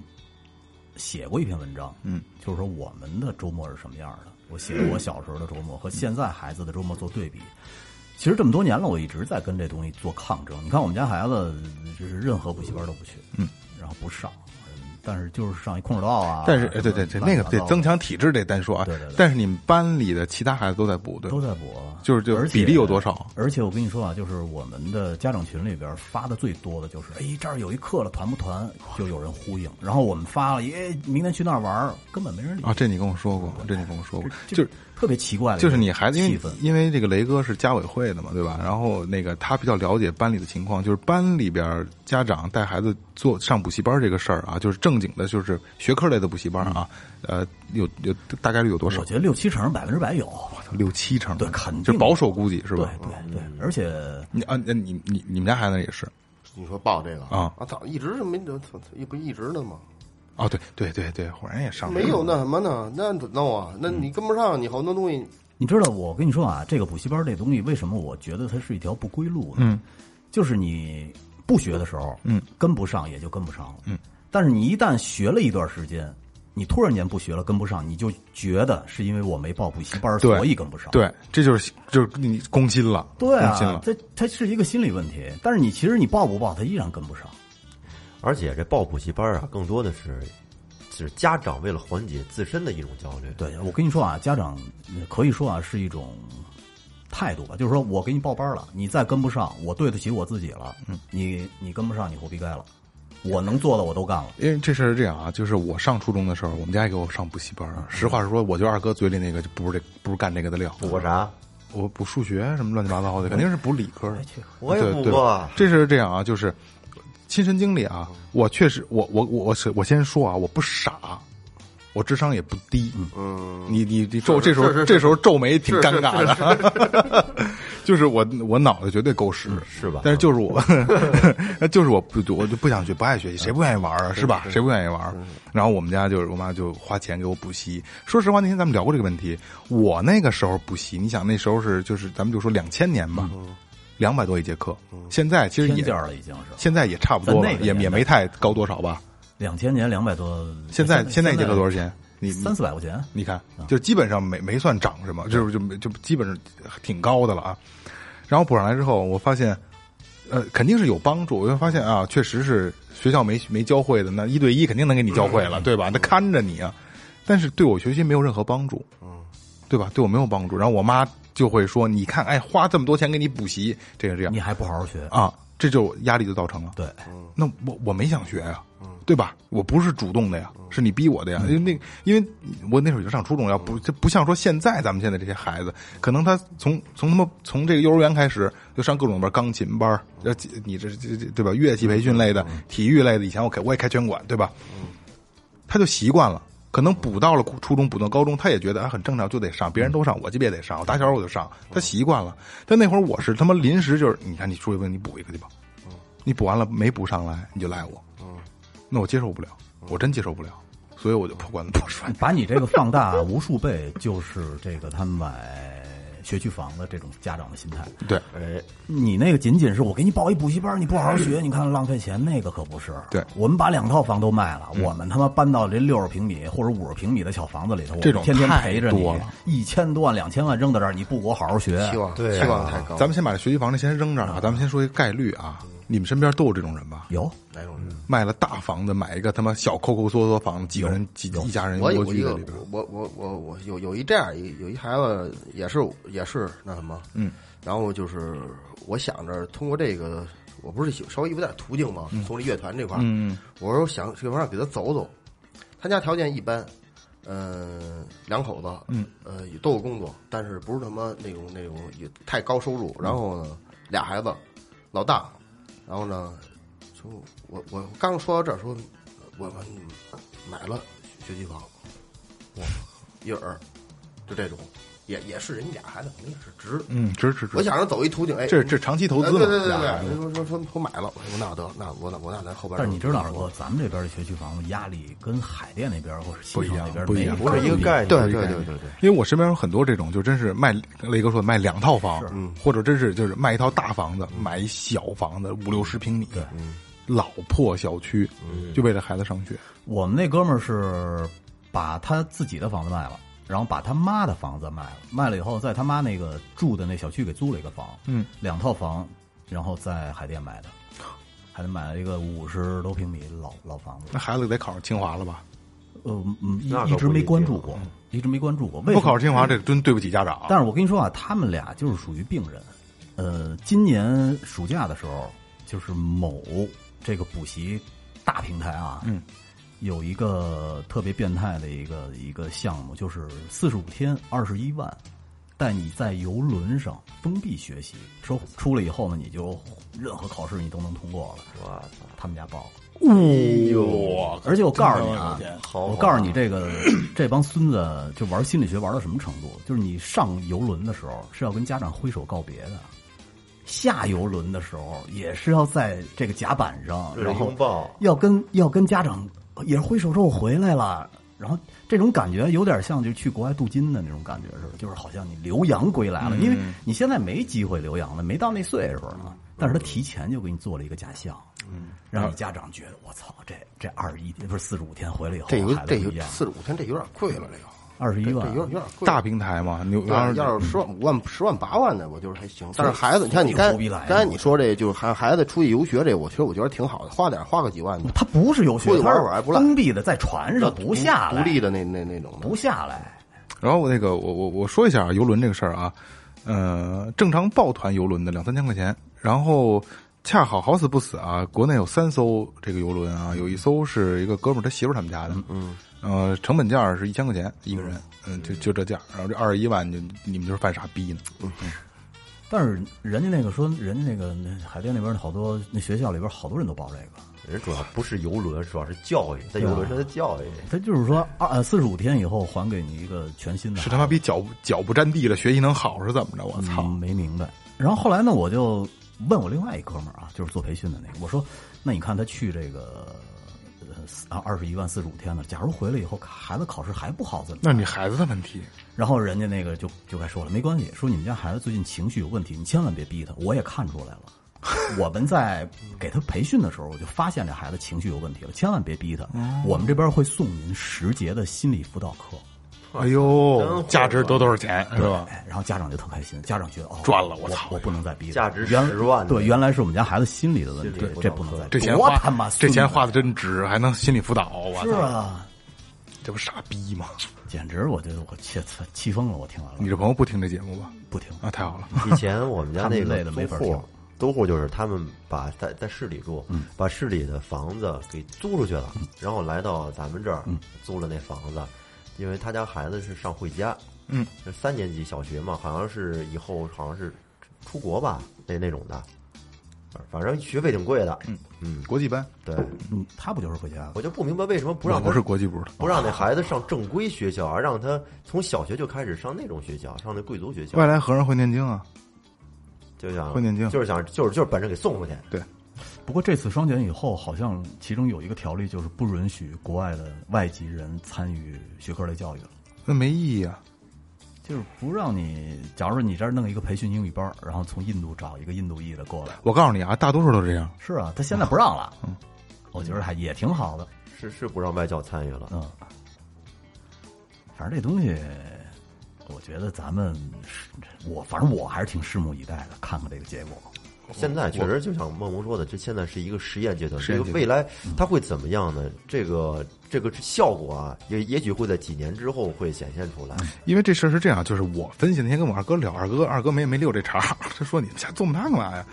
S3: 写过一篇文章，嗯，就是说我们的周末是什么样的。我写我小时候的周末和现在孩子的周末做对比。其实这么多年了，我一直在跟这东西做抗争。你看我们家孩子就是任何补习班都不去，嗯，然后不上，嗯但是就是上一空手道啊。
S1: 但是
S3: 什么
S1: 哎，对对对，那
S3: 乱七
S1: 个
S3: 八
S1: 得
S3: 糟的
S1: 增强体制这单说啊
S3: 对对对，
S1: 但是你们班里的其他孩子都在补，对吧
S3: 都在补，
S1: 就是就是
S3: 而且
S1: 比例有多少
S3: 而且我跟你说啊，就是我们的家长群里边发的最多的就是，哎，这儿有一课了，团不团？就有人呼应。然后我们发了，耶，明天去那儿玩儿，根本没人理。
S1: 啊，这你跟我说过，这你跟我说过，
S3: 这
S1: 就是
S3: 特别奇怪的一
S1: 就
S3: 个气氛，
S1: 是你孩子，因为因为这个雷哥是家委会的嘛，对吧？然后那个他比较了解班里的情况，就是班里边家长带孩子做上补习班这个事儿啊，就是正经的，就是学科类的补习班啊，呃，有有大概率有多少
S3: 嗯我？觉得六七成百分之百有，
S1: 六七成，
S3: 对肯定
S1: 就保守估计是
S3: 对
S1: 吧？嗯
S3: 对对，而且
S1: 你啊，那你你你们家孩子也是
S4: 你说报这个
S1: 啊
S4: 啊，操，一直是没得，操不一直的吗？
S1: 啊？对对对对，忽然也上
S4: 没有那什么呢？那怎么弄啊？那你跟不上，你好多东西
S3: 你知道，我跟你说啊，这个补习班这东西，为什么我觉得它是一条不归路呢？嗯，就是你不学的时候，嗯，跟不上也就跟不上了，嗯。但是你一旦学了一段时间，你突然间不学了，跟不上，你就觉得是因为我没报补习班，
S1: 对
S3: 所以跟不上。
S1: 对，这就是就是你攻心了，
S3: 对
S1: 攻心
S3: 啊
S1: 了，。
S3: 这它是一个心理问题。但是你其实你报不报，它依然跟不上。
S2: 而且这报补习班啊，更多的是是家长为了缓解自身的一种焦虑。
S3: 对，我跟你说啊，家长呃可以说啊是一种态度吧，就是说我给你报班了，你再跟不上，我对得起我自己了。嗯，你你跟不上，你活逼该了。我能做的我都干了。
S1: 因为这事儿是这样啊，就是我上初中的时候，我们家也给我上补习班儿。实话实说，我觉得二哥嘴里那个就不是这不是干这个的料。
S2: 补过啥？
S1: 我补数学什么乱七八糟的，肯定是补理科的。
S2: 我也
S1: 对
S2: 补
S1: 对
S2: 过。
S1: 这是这样啊，就是亲身经历啊，我确实，我我我我是我先说啊，我不傻，我智商也不低，嗯，
S4: 嗯，
S1: 你你你皱这时候
S4: 是是是
S1: 这时候皱眉挺
S4: 是
S1: 尴尬的， 就是我我脑袋绝对够使，
S2: 是吧
S1: 但是就是我， 那就是我不我就不想学，不爱学习，谁不愿意玩啊？是嗯吧？谁不愿意玩？然后我们家就是我妈就花钱给我补习。说实话，那天咱们聊过这个问题，我那个时候补习，你想那时候是就是咱们就说两千年吧，两百多一节课，现在其实
S3: 天
S1: 也
S3: 价了已经是
S1: 现在也差不多了
S3: 在那，个
S1: 也
S3: 年代
S1: 也没太高多少吧。
S3: 两千年两百多，
S1: 现在现在一节课多少
S3: 钱？
S1: 钱？你你
S3: 三四百块钱。
S1: 你看，就基本上没没算涨什么，啊就是就没就基本上挺高的了啊。然后补上来之后，我发现，呃，肯定是有帮助。我就发现啊，确实是学校没没教会的，那一对一肯定能给你教会了，对吧？他看着你啊，但是对我学习没有任何帮助，嗯，对吧？对我没有帮助。然后我妈就会说：“你看，哎，花这么多钱给你补习，这个这样
S3: 你还不好好学？
S1: 啊，嗯这就压力就造成了。”
S3: 对，
S1: 那我我没想学呀、对吧？我不是主动的呀，是你逼我的呀。因为那，因为我那时候已经上初中了，要不这不像说现在咱们现在这些孩子，可能他从从他妈从这个幼儿园开始就上各种班，钢琴班，呃，你这这这对吧？乐器培训类的、体育类的，以前我开我也开拳馆，对吧？他就习惯了。可能补到了初中，补到高中，他也觉得啊很正常，就得上，别人都上，我这边也得上，我打小我就上，他习惯了。但那会儿我是他妈临时就是，你看你出去问你补一个去吧，
S4: 嗯
S1: 你补完了没补上来，你就赖我，那我接受不了，
S4: 嗯
S1: 我真接受不了，所以我就破罐子破摔。
S3: 把你这个放大无数倍，就是这个他们买学区房的这种家长的心态。
S1: 对
S2: 哎，
S3: 你那个仅仅是我给你报一补习班，你不好好学，你看浪费钱，那个可不是。
S1: 对嗯
S3: 我们把两套房都卖了，我们他妈搬到这六十平米或者五十平米的小房子里头，我
S1: 这
S3: 们
S1: 种
S3: 天天
S1: 太
S3: 陪着你
S1: 多了，
S3: 一千多万、两千万扔到这儿，你不给我好好学，
S4: 期望
S2: 对啊
S4: 期望太高，
S1: 咱们先把这学区房这先扔这儿
S4: 嗯
S1: 啊，咱们先说一个概率啊，你们身边都有这种人吧？
S3: 有
S4: 哪种人？
S1: 卖了大房子，买一个他妈小抠抠缩缩房，几个人几一家人
S4: 我有
S1: 蜗居
S4: 一
S1: 在
S4: 个
S1: 里边。，
S4: 我我我我有有一这样一有一孩子也是也是那什么，
S1: 嗯，
S4: 然后就是我想着通过这个，我不是有稍微有点途径嘛，从这乐团这块儿，
S1: 嗯，
S4: 我说想这玩意儿给他走走，他家条件一般，嗯，两口子，嗯，呃，都有工作，但是不是他妈那种那种也太高收入，然后呢，俩孩子，老大，然后呢，说我我刚说到这儿，说我们买了学区房，哇，一人儿，就这种，也也是人家俩孩子，可能也是值，
S1: 嗯，值值值
S4: 我，想着走一途径，哎，
S1: 这这长期投资嘛，
S4: 哎对对对
S1: 俩
S4: 对
S1: 孩子
S4: 对，说说说我买了，我说那得那我那我那咱后边，
S3: 嗯但是你知道，二哥，咱们这边的学区房压力跟海淀那边或者西
S1: 不一
S3: 城
S1: 样
S3: 那边
S1: 不一样
S3: 没
S2: 不是一个概念，
S4: 对
S2: 不是一个
S4: 对
S2: 概
S4: 对
S2: 念
S4: 对对。
S1: 因为我身边有很多这种，就真是卖雷哥说的卖两套房，
S3: 嗯
S1: 或者真是就是卖一套大房子，买一小房子五六十平米，
S3: 嗯
S1: 老破小区，就为了孩子上学。
S3: 我们那哥们儿是把他自己的房子卖了，然后把他妈的房子卖了，卖了以后，在他妈那个住的那小区给租了一个房，
S1: 嗯，
S3: 两套房，然后在海 淀买的，海淀买了一个五十多平米老老房子，
S1: 那孩子得考上清华了吧？
S3: 呃，嗯，一
S2: 那可
S3: 一直
S2: 不一
S3: 没
S2: 定
S3: 关注过，一直没关注过，
S1: 嗯不
S3: 为什么
S1: 考上清华，这真对不起家长。
S3: 但是我跟你说啊，他们俩就是属于病人。呃，今年暑假的时候，就是某这个补习大平台啊，
S1: 嗯，
S3: 有一个特别变态的一个一个项目，就是四十五天二十一万，带你在游轮上封闭学习，说出来以后呢，你就任何考试你都能通过了。
S2: 哇塞，
S3: 他们家报了。
S2: 哎呦，
S3: 而且我告诉你啊，
S2: 好
S3: 我告诉你，这 个这帮孙子就玩心理学玩到什么程度？就是你上游轮的时候是要跟家长挥手告别的，下游轮的时候也是要在这个甲板上，
S2: 热烈
S3: 然后
S2: 拥抱
S3: 要跟要跟家长也是挥手说我回来了。然后这种感觉有点像就是去国外镀金的那种感觉似的，就是好像你留洋归来了，
S4: 嗯
S3: 因为你现在没机会留洋了，没到那岁数呢。但是他提前就给你做了一个假象，
S4: 嗯
S3: 让你家长觉得我操，这这二十一不是四十五天回来以后，
S4: 这有
S3: 孩
S4: 这
S3: 子不
S4: 有
S3: 一样，
S4: 四十五天，这有点贵了，这个
S3: 二十一
S4: 这
S3: 万
S4: 这有点有点贵。
S1: 大平台嘛，你
S4: 要
S1: 要
S4: 是
S1: 是
S4: 要是十
S3: 嗯
S4: 万五万十万八万的，我觉得还行。但是孩子，你看你
S3: 所以
S4: 刚
S3: 有逼哎来的
S4: 刚才你说这就是孩孩子出去游学这，我其实我觉得挺好的，花点花个几万的，
S3: 他不是游
S4: 出
S3: 学，
S4: 去
S3: 他
S4: 玩
S3: 是
S4: 玩还不赖
S3: 封闭的在船上不下
S4: 独
S3: 来，
S4: 立的嗯那那那种的
S3: 不下来，
S1: 然后我那个我我我说一下啊，游轮这个事儿啊，呃，正常报团游轮的两三千块钱，然后恰好好死不死啊，国内有三艘这个游轮啊，
S3: 嗯
S1: 有一艘是一个哥们儿他媳妇儿他们家的，嗯，呃，成本价是一千块钱一个人，嗯，就就这价，然后这二十一万就你们就是犯傻逼呢，
S3: 但是人家那个说，人家那个那海淀那边好多那学校里边好多人都报这个，
S2: 人主要不是游轮，主要是教育，在游轮上的教育。
S3: 他就是说二呃四十五天以后还给你一个全新的孩子，
S1: 是他妈逼脚脚不沾地了，学习能好是怎么着？我操！
S3: 嗯没明白。然后后来呢，我就问我另外一哥们儿啊，就是做培训的那个，我说，那你看他去这个呃二十一万四十五天呢，假如回来以后孩子考试还不好怎么办？
S1: 那你孩子的问题，
S3: 然后人家那个就就该说了，没关系，说你们家孩子最近情绪有问题，你千万别逼他，我也看出来 了。我们在给他培训的时候，我就发现这孩子情绪有问题了，千万别逼他。
S1: 哦
S3: 我们这边会送您十节的心理辅导课，
S1: 哎呦，价值多多少钱是吧？
S3: 哎，然后家长就特开心，家长觉得哦
S1: 赚了
S3: 我
S1: 我操
S3: 我不能再逼他，
S2: 价值
S3: 原
S2: 10万的
S3: 对，原来是我们家孩子心理的问题
S2: 心理，辅导
S3: 这不能再
S2: 课
S1: 这钱
S3: 多
S1: 花
S3: 他妈
S1: 这钱
S3: 孙子
S1: 花的真值，还能心理辅导，我
S3: 是
S1: 操，
S3: 啊，
S1: 这不傻逼吗？
S3: 简直我就我气气疯了，我听完了
S1: 你这朋友不听这节目吧？
S3: 不听，
S1: 啊，太好了，
S2: 以前我们家那
S3: 他们累
S2: 个
S3: 得
S2: 租
S3: 没法
S2: 户
S3: 听，
S2: 租户就是他们把在在市里住，
S1: 嗯
S2: 把市里的房子给租出去了，然后来到咱们这儿
S1: 嗯
S2: 租了那房子，因为他家孩子是上惠家，
S1: 嗯，
S2: 三年级小学嘛，好像是以后好像是出国吧那那种的，反正学费挺贵的，嗯
S1: 国际班
S2: 对，
S3: 嗯，他不就是回家
S2: 我就不明白为什么不
S1: 我
S2: 让 他
S1: 不是国际部的，
S2: 不让那孩子上正规学校，而让他从小学就开始上那种学校，上那贵族学校
S1: 外，来和尚会念经啊，
S2: 就想
S1: 会念经
S2: 就是想就是就是把人给送回去。
S3: 不过这次双减以后，好像其中有一个条例就是不允许国外的外籍人参与学科类教育了，
S1: 那没意义啊。
S3: 就是不让你，假如说你这儿弄一个培训英语班儿，然后从印度找一个印度裔的过来，
S1: 我告诉你啊，大多数都这样。
S3: 是啊，他现在不让了，
S1: 嗯
S3: 我觉得还也挺好的，
S2: 是是不让外教参与了，
S3: 嗯，反正这东西，我觉得咱们是我反正我还是挺拭目以待的，看看这个结果。
S2: 现在确实就像梦萌说的，这现在是一个实验阶段，
S1: 实
S2: 这
S1: 验
S2: 个
S1: 阶段嗯
S2: 未来它会怎么样呢？这个这个效果啊，也也许会在几年之后会显现出来。
S1: 因为这事儿是这样，就是我分析那天跟我二哥聊，二哥二哥没没溜这茬儿， 他说你们瞎琢磨它干嘛呀？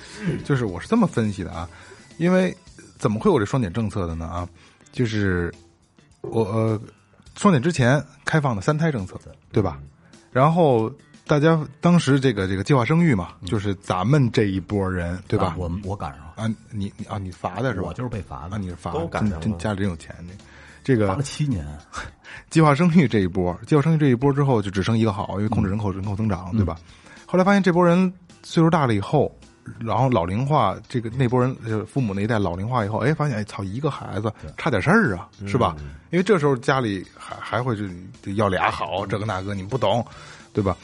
S1: 就是我是这么分析的啊，因为怎么会有这双减政策的呢啊？就是我呃，双减之前开放的三胎政策，对吧？然后大家当时这个这个计划生育嘛，就是咱们这一波人，对吧
S3: 啊？我我赶上了，
S1: 啊，你你啊，你罚的是吧？
S3: 我就是被罚
S1: 啊，
S3: 的，
S1: 你是罚
S2: 都
S1: 的，
S2: 赶上
S1: 真真
S2: 了
S1: 家里真有钱这这个
S3: 罚了七年。
S1: 计划生育这一波，计划生育这一波之后就只生一个好，因为控制人
S3: 嗯
S1: 口人口增长，对吧？后来发现这波人岁数大了以后，然后老龄化，这个那波人就是父母那一代老龄化以后，哎，发现哎操，一个孩子差点事儿啊，
S3: 嗯
S1: 是吧？因为这时候家里还还会就就要俩
S3: 哎
S1: 好，这个那个你们不懂，对吧？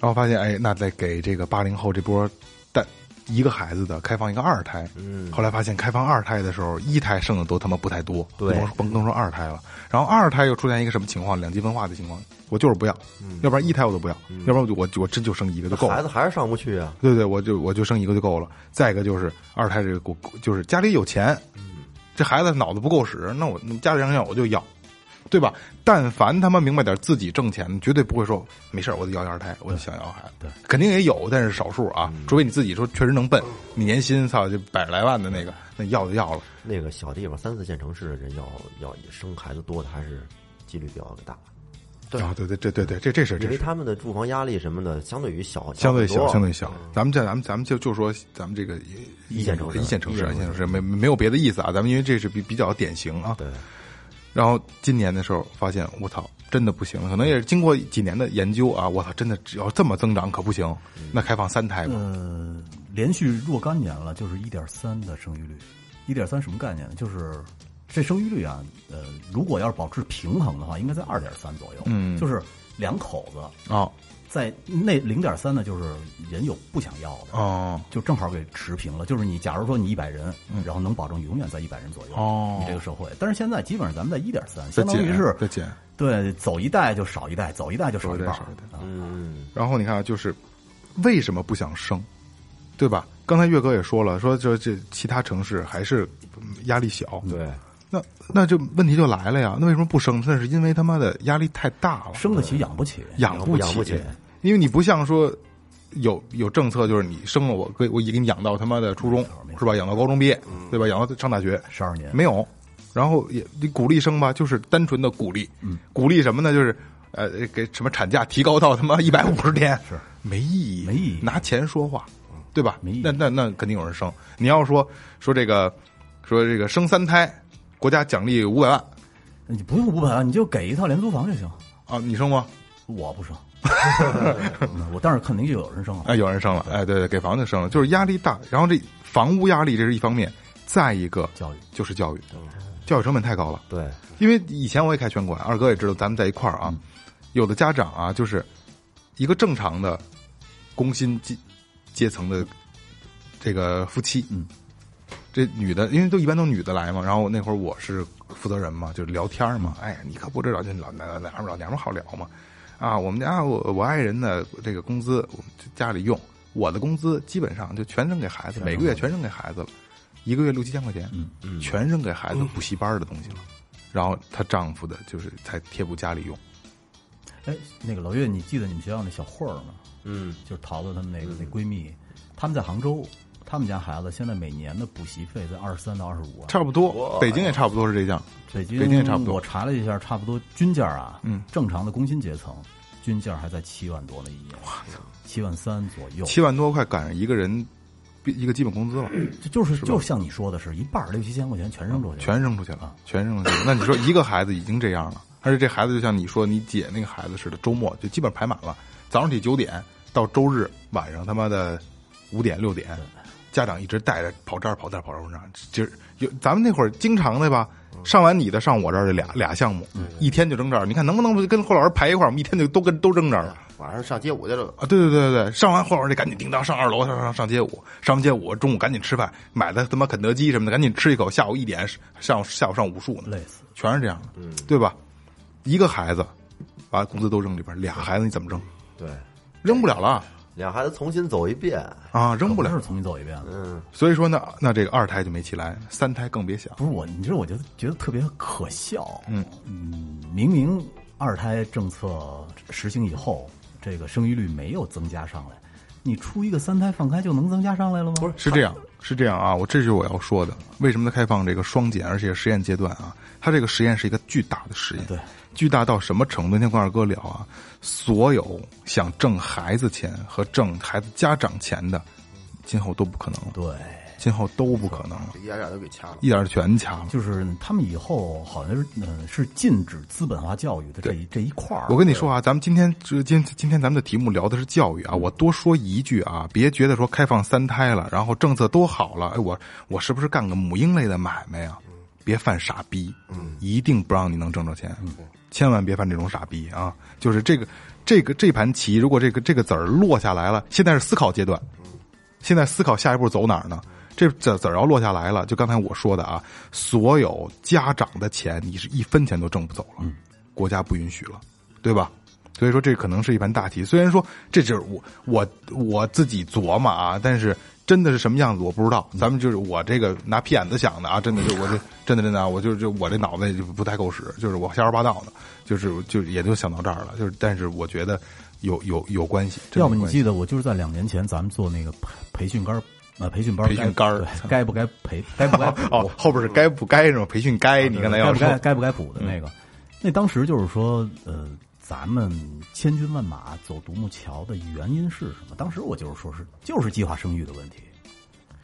S1: 然后发现哎，那再给这个八零后这波带一个孩子的开放一个二胎，
S2: 嗯
S1: 后来发现开放二胎的时候，一胎剩的都他妈不太多，
S2: 对
S1: 甭说甭甭说二胎了。然后二胎又出现一个什么情况？两极分化的情况，我就是不要，
S2: 嗯
S1: 要不然一胎我都不要，要不然我就我我真就生一个就够
S2: 孩
S1: 了。
S2: 子还是上不去啊，
S1: 对对，我就我就生一个就够了。再一个就是二胎这个国，就是家里有钱，
S3: 嗯
S1: 这孩子脑子不够使，那我家里人要我就要，对吧？但凡他妈明白点自己挣钱，绝对不会说没事儿我得要一二胎，我就想要孩子。
S3: 对，嗯
S1: 肯定也有，但是少数啊。除非你自己说确实能笨，你年薪操就百来万的那个，那要就要了。
S2: 那个小地方三四线城市的人要要生孩子多的还是几率比较大，
S4: 对
S1: 啊，对对对对对，这这是
S2: 因
S1: 这
S2: 为
S1: 是
S2: 他们的住房压力什么的相对于小
S1: 相对
S2: 很
S1: 小，
S2: 多
S1: 相对小。咱们这咱们咱们就就说咱们这个
S2: 一线城市
S1: 一线城市，
S2: 一
S1: 一
S2: 线
S1: 线城
S2: 城
S1: 市没没有别的意思啊。咱们因为这是比比较典型啊。
S2: 对。
S1: 然后今年的时候发现，我操，真的不行了。可能也是经过几年的研究啊，我操，真的只要这么增长可不行。那开放三胎吧，
S3: 呃，连续若干年了，就是一点三的生育率。一点三什么概念呢？就是这生育率啊，呃，如果要是保持平衡的话，应该在二点三左右。
S1: 嗯
S3: 就是两口子
S1: 哦
S3: 在那零点三呢，就是人有不想要的，
S1: 哦
S3: 就正好给持平了。就是你假如说你一百人，然后能保证永远在一百人左右。
S1: 嗯哦
S3: 你这个社会，但是现在基本上咱们在一点三，
S1: 再
S3: 相当
S1: 减
S3: 于是
S1: 再减。
S3: 对走一代就少一代，走一代就少一半
S1: 走一代少一
S3: 啊。
S2: 嗯，
S1: 然后你看啊，就是为什么不想生，对吧？刚才岳哥也说了，说这这其他城市还是嗯压力小，
S2: 对，
S1: 那那就问题就来了呀。那为什么不生？那是因为他妈的压力太大了，
S3: 生得起养不起，
S1: 养
S2: 不
S1: 不
S2: 养不起
S1: 因为你不像说有有政策，就是你生了我，给我也给你养到他妈的初中
S3: 没错嗯
S1: 是吧？养到高中毕业，对吧？养到上大学，
S3: 十二年
S1: 没有。然后也你鼓励生吧，就是单纯的鼓励，
S3: 嗯
S1: 鼓励什么呢？就是呃，给什么产假提高到他妈一百五十天，是没意义，
S3: 没意义嗯
S1: 拿钱说话，对吧？
S3: 没意义
S1: 那那那肯定有人生。你要说说这个说这个生三胎，国家奖励五百万
S3: 你不用五百万，你就给一套廉租房就行。
S1: 啊！你生吗？
S3: 我 不生，嗯我但是肯定就有人生了。
S1: 哎，有人生了，哎，对对，给房子生了，就是压力大。然后这房屋压力这是一方面，再一个
S3: 教育
S1: 就是教育，
S3: 嗯
S1: 教育成本太高了。
S2: 对，
S1: 因为以前我也开拳馆，二哥也知道，咱们在一块儿啊，有的家长啊，就是一个正常的工薪阶阶层的这个夫妻，
S3: 嗯，
S1: 这女的，因为都一般都女的来嘛，然后那会儿我是负责人嘛，就是聊天儿嘛，哎，你可不知道，就老老老老娘们儿好聊嘛，啊，我们家我我爱人的这个工资，我们家里用我的工资基本上就全扔给孩子，每个月全扔给孩子了，一个月六七千块钱，嗯，全扔给孩子补习班儿的东西了。然后她丈夫的就是才贴补家里用，
S3: 哎，那个老岳，你记得你们学校那小慧儿吗？
S2: 嗯，
S3: 就是桃子她们那
S1: 嗯
S3: 个那闺蜜，她们在杭州，她们家孩子现在每年的补习费在二十三到二十五万。啊
S1: 差不多，北京也差不多是这样。
S3: 北京
S1: 北京也差不多
S3: 我查了一下，差不多均价啊，
S1: 嗯
S3: 正常的工薪阶层均价还在七万多呢一年，七万三左右，
S1: 七万多块赶上一个人一个基本工资了，
S3: 这就是就像你说的是一半儿六七千块钱全扔出去了，
S1: 全扔出去了，全扔出去了。那你说一个孩子已经这样了，而且这孩子就像你说你姐那个孩子似的，周末就基本排满了，早上起九点到周日晚上他妈的五点六点，家长一直带着跑这儿跑那儿跑这儿跑那儿，就是有咱们那会儿经常的吧。上完你的，上我这儿的俩俩项目，一天就扔这儿。你看能不能跟霍老师排一块儿？我们一天就都跟都扔这儿了。
S4: 晚上上街舞去了，
S1: 啊，对对对对对，上完后边得赶紧叮当上二楼上上上街舞，上完街舞中午赶紧吃饭，买的他妈肯德基什么的赶紧吃一口，下午一点上下午上武术呢，
S3: 累死。
S1: 全是这样的，
S3: 嗯
S1: 对吧？一个孩子把工资都扔里边，俩孩子你怎么扔？
S2: 对，
S1: 扔不了了
S2: 俩孩子重新走一遍，
S1: 啊，扔不
S3: 可
S1: 了嗯
S3: 是。重新走一遍了。
S1: 所以说呢，那这个二胎就没起来，三胎更别想。
S3: 不是我，你知道，我觉得觉得特别可笑。嗯明明二胎政策实行以后，这个生育率没有增加上来，你出一个三胎放开就能增加上来了吗？不是，
S1: 是这样，是这样啊，我这就是我要说的。为什么它开放这个双减，而且实验阶段啊？它这个实验是一个巨大的实验，
S3: 对，
S1: 巨大到什么程度？那天跟二哥聊啊，所有想挣孩子钱和挣孩子家长钱的，今后都不可能了，
S3: 对，
S1: 今后都不可能了
S4: 这，一点点都给掐了。
S1: 一点儿全掐了。
S3: 就是他们以后好像是嗯、是禁止资本化教育的这一这一块儿。
S1: 我跟你说啊，咱们今天这今今天咱们的题目聊的是教育啊，我多说一句啊，别觉得说开放三胎了，然后政策都好了，哎，我我是不是干个母婴类的买卖呀、别犯傻逼，一定不让你能挣着钱，千万别犯这种傻逼啊！就是这个这个这盘棋，如果这个这个子儿落下来了，现在是思考阶段，现在思考下一步走哪儿呢？这子子儿要落下来了，就刚才我说的啊，所有家长的钱，你是一分钱都挣不走了，
S3: 嗯
S1: 国家不允许了，对吧？所以说这可能是一盘大棋。虽然说这就是我我我自己琢磨啊，但是真的是什么样子我不知
S3: 嗯
S1: 道。咱们就是我这个拿屁眼子想的啊，真的就我这真的真的啊，我就是就我这脑子就不太够使，就是我瞎说八道呢，就是就也就想到这儿了。就是但是我觉得有有有关系，真的
S3: 要不
S1: 有
S3: 你
S1: 关系
S3: 记得，我就是在两年前咱们做那个培培训班儿呃培训班儿
S1: 培训
S3: 该
S1: 杆儿
S3: 对该不该培 该不该补
S1: 哦，后边是该不该是吗？培训啊该，你刚才
S3: 该
S1: 要
S3: 不
S1: 说嗯
S3: 该该不该补的那个，那当时就是说，呃，咱们千军万马走独木桥的原因是什么？当时我就是说是就是计划生育的问题。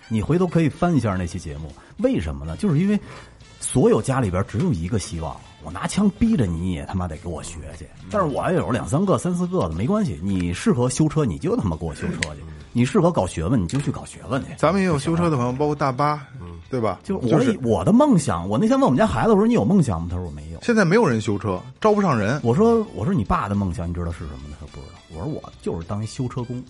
S3: 你回头可以翻一下那期节目，为什么呢？就是因为所有家里边只有一个希望，我拿枪逼着你，你也他妈得给我学去。
S1: 嗯
S3: 但是我也有两三个、三四个的，没关系。你适合修车，你就他妈给我修车去；你适合搞学问，你就去搞学问去。
S1: 嗯咱们也有修车的朋友，包括大巴，对吧？
S3: 就我、
S1: 就是
S3: 我的梦想，我那天问我们家孩子，我说你有梦想吗？他说我没有。
S1: 现在没有人修车，招不上人。
S3: 我说我说你爸的梦想你知道是什么吗？他说不知道。我说我就是当一修车工，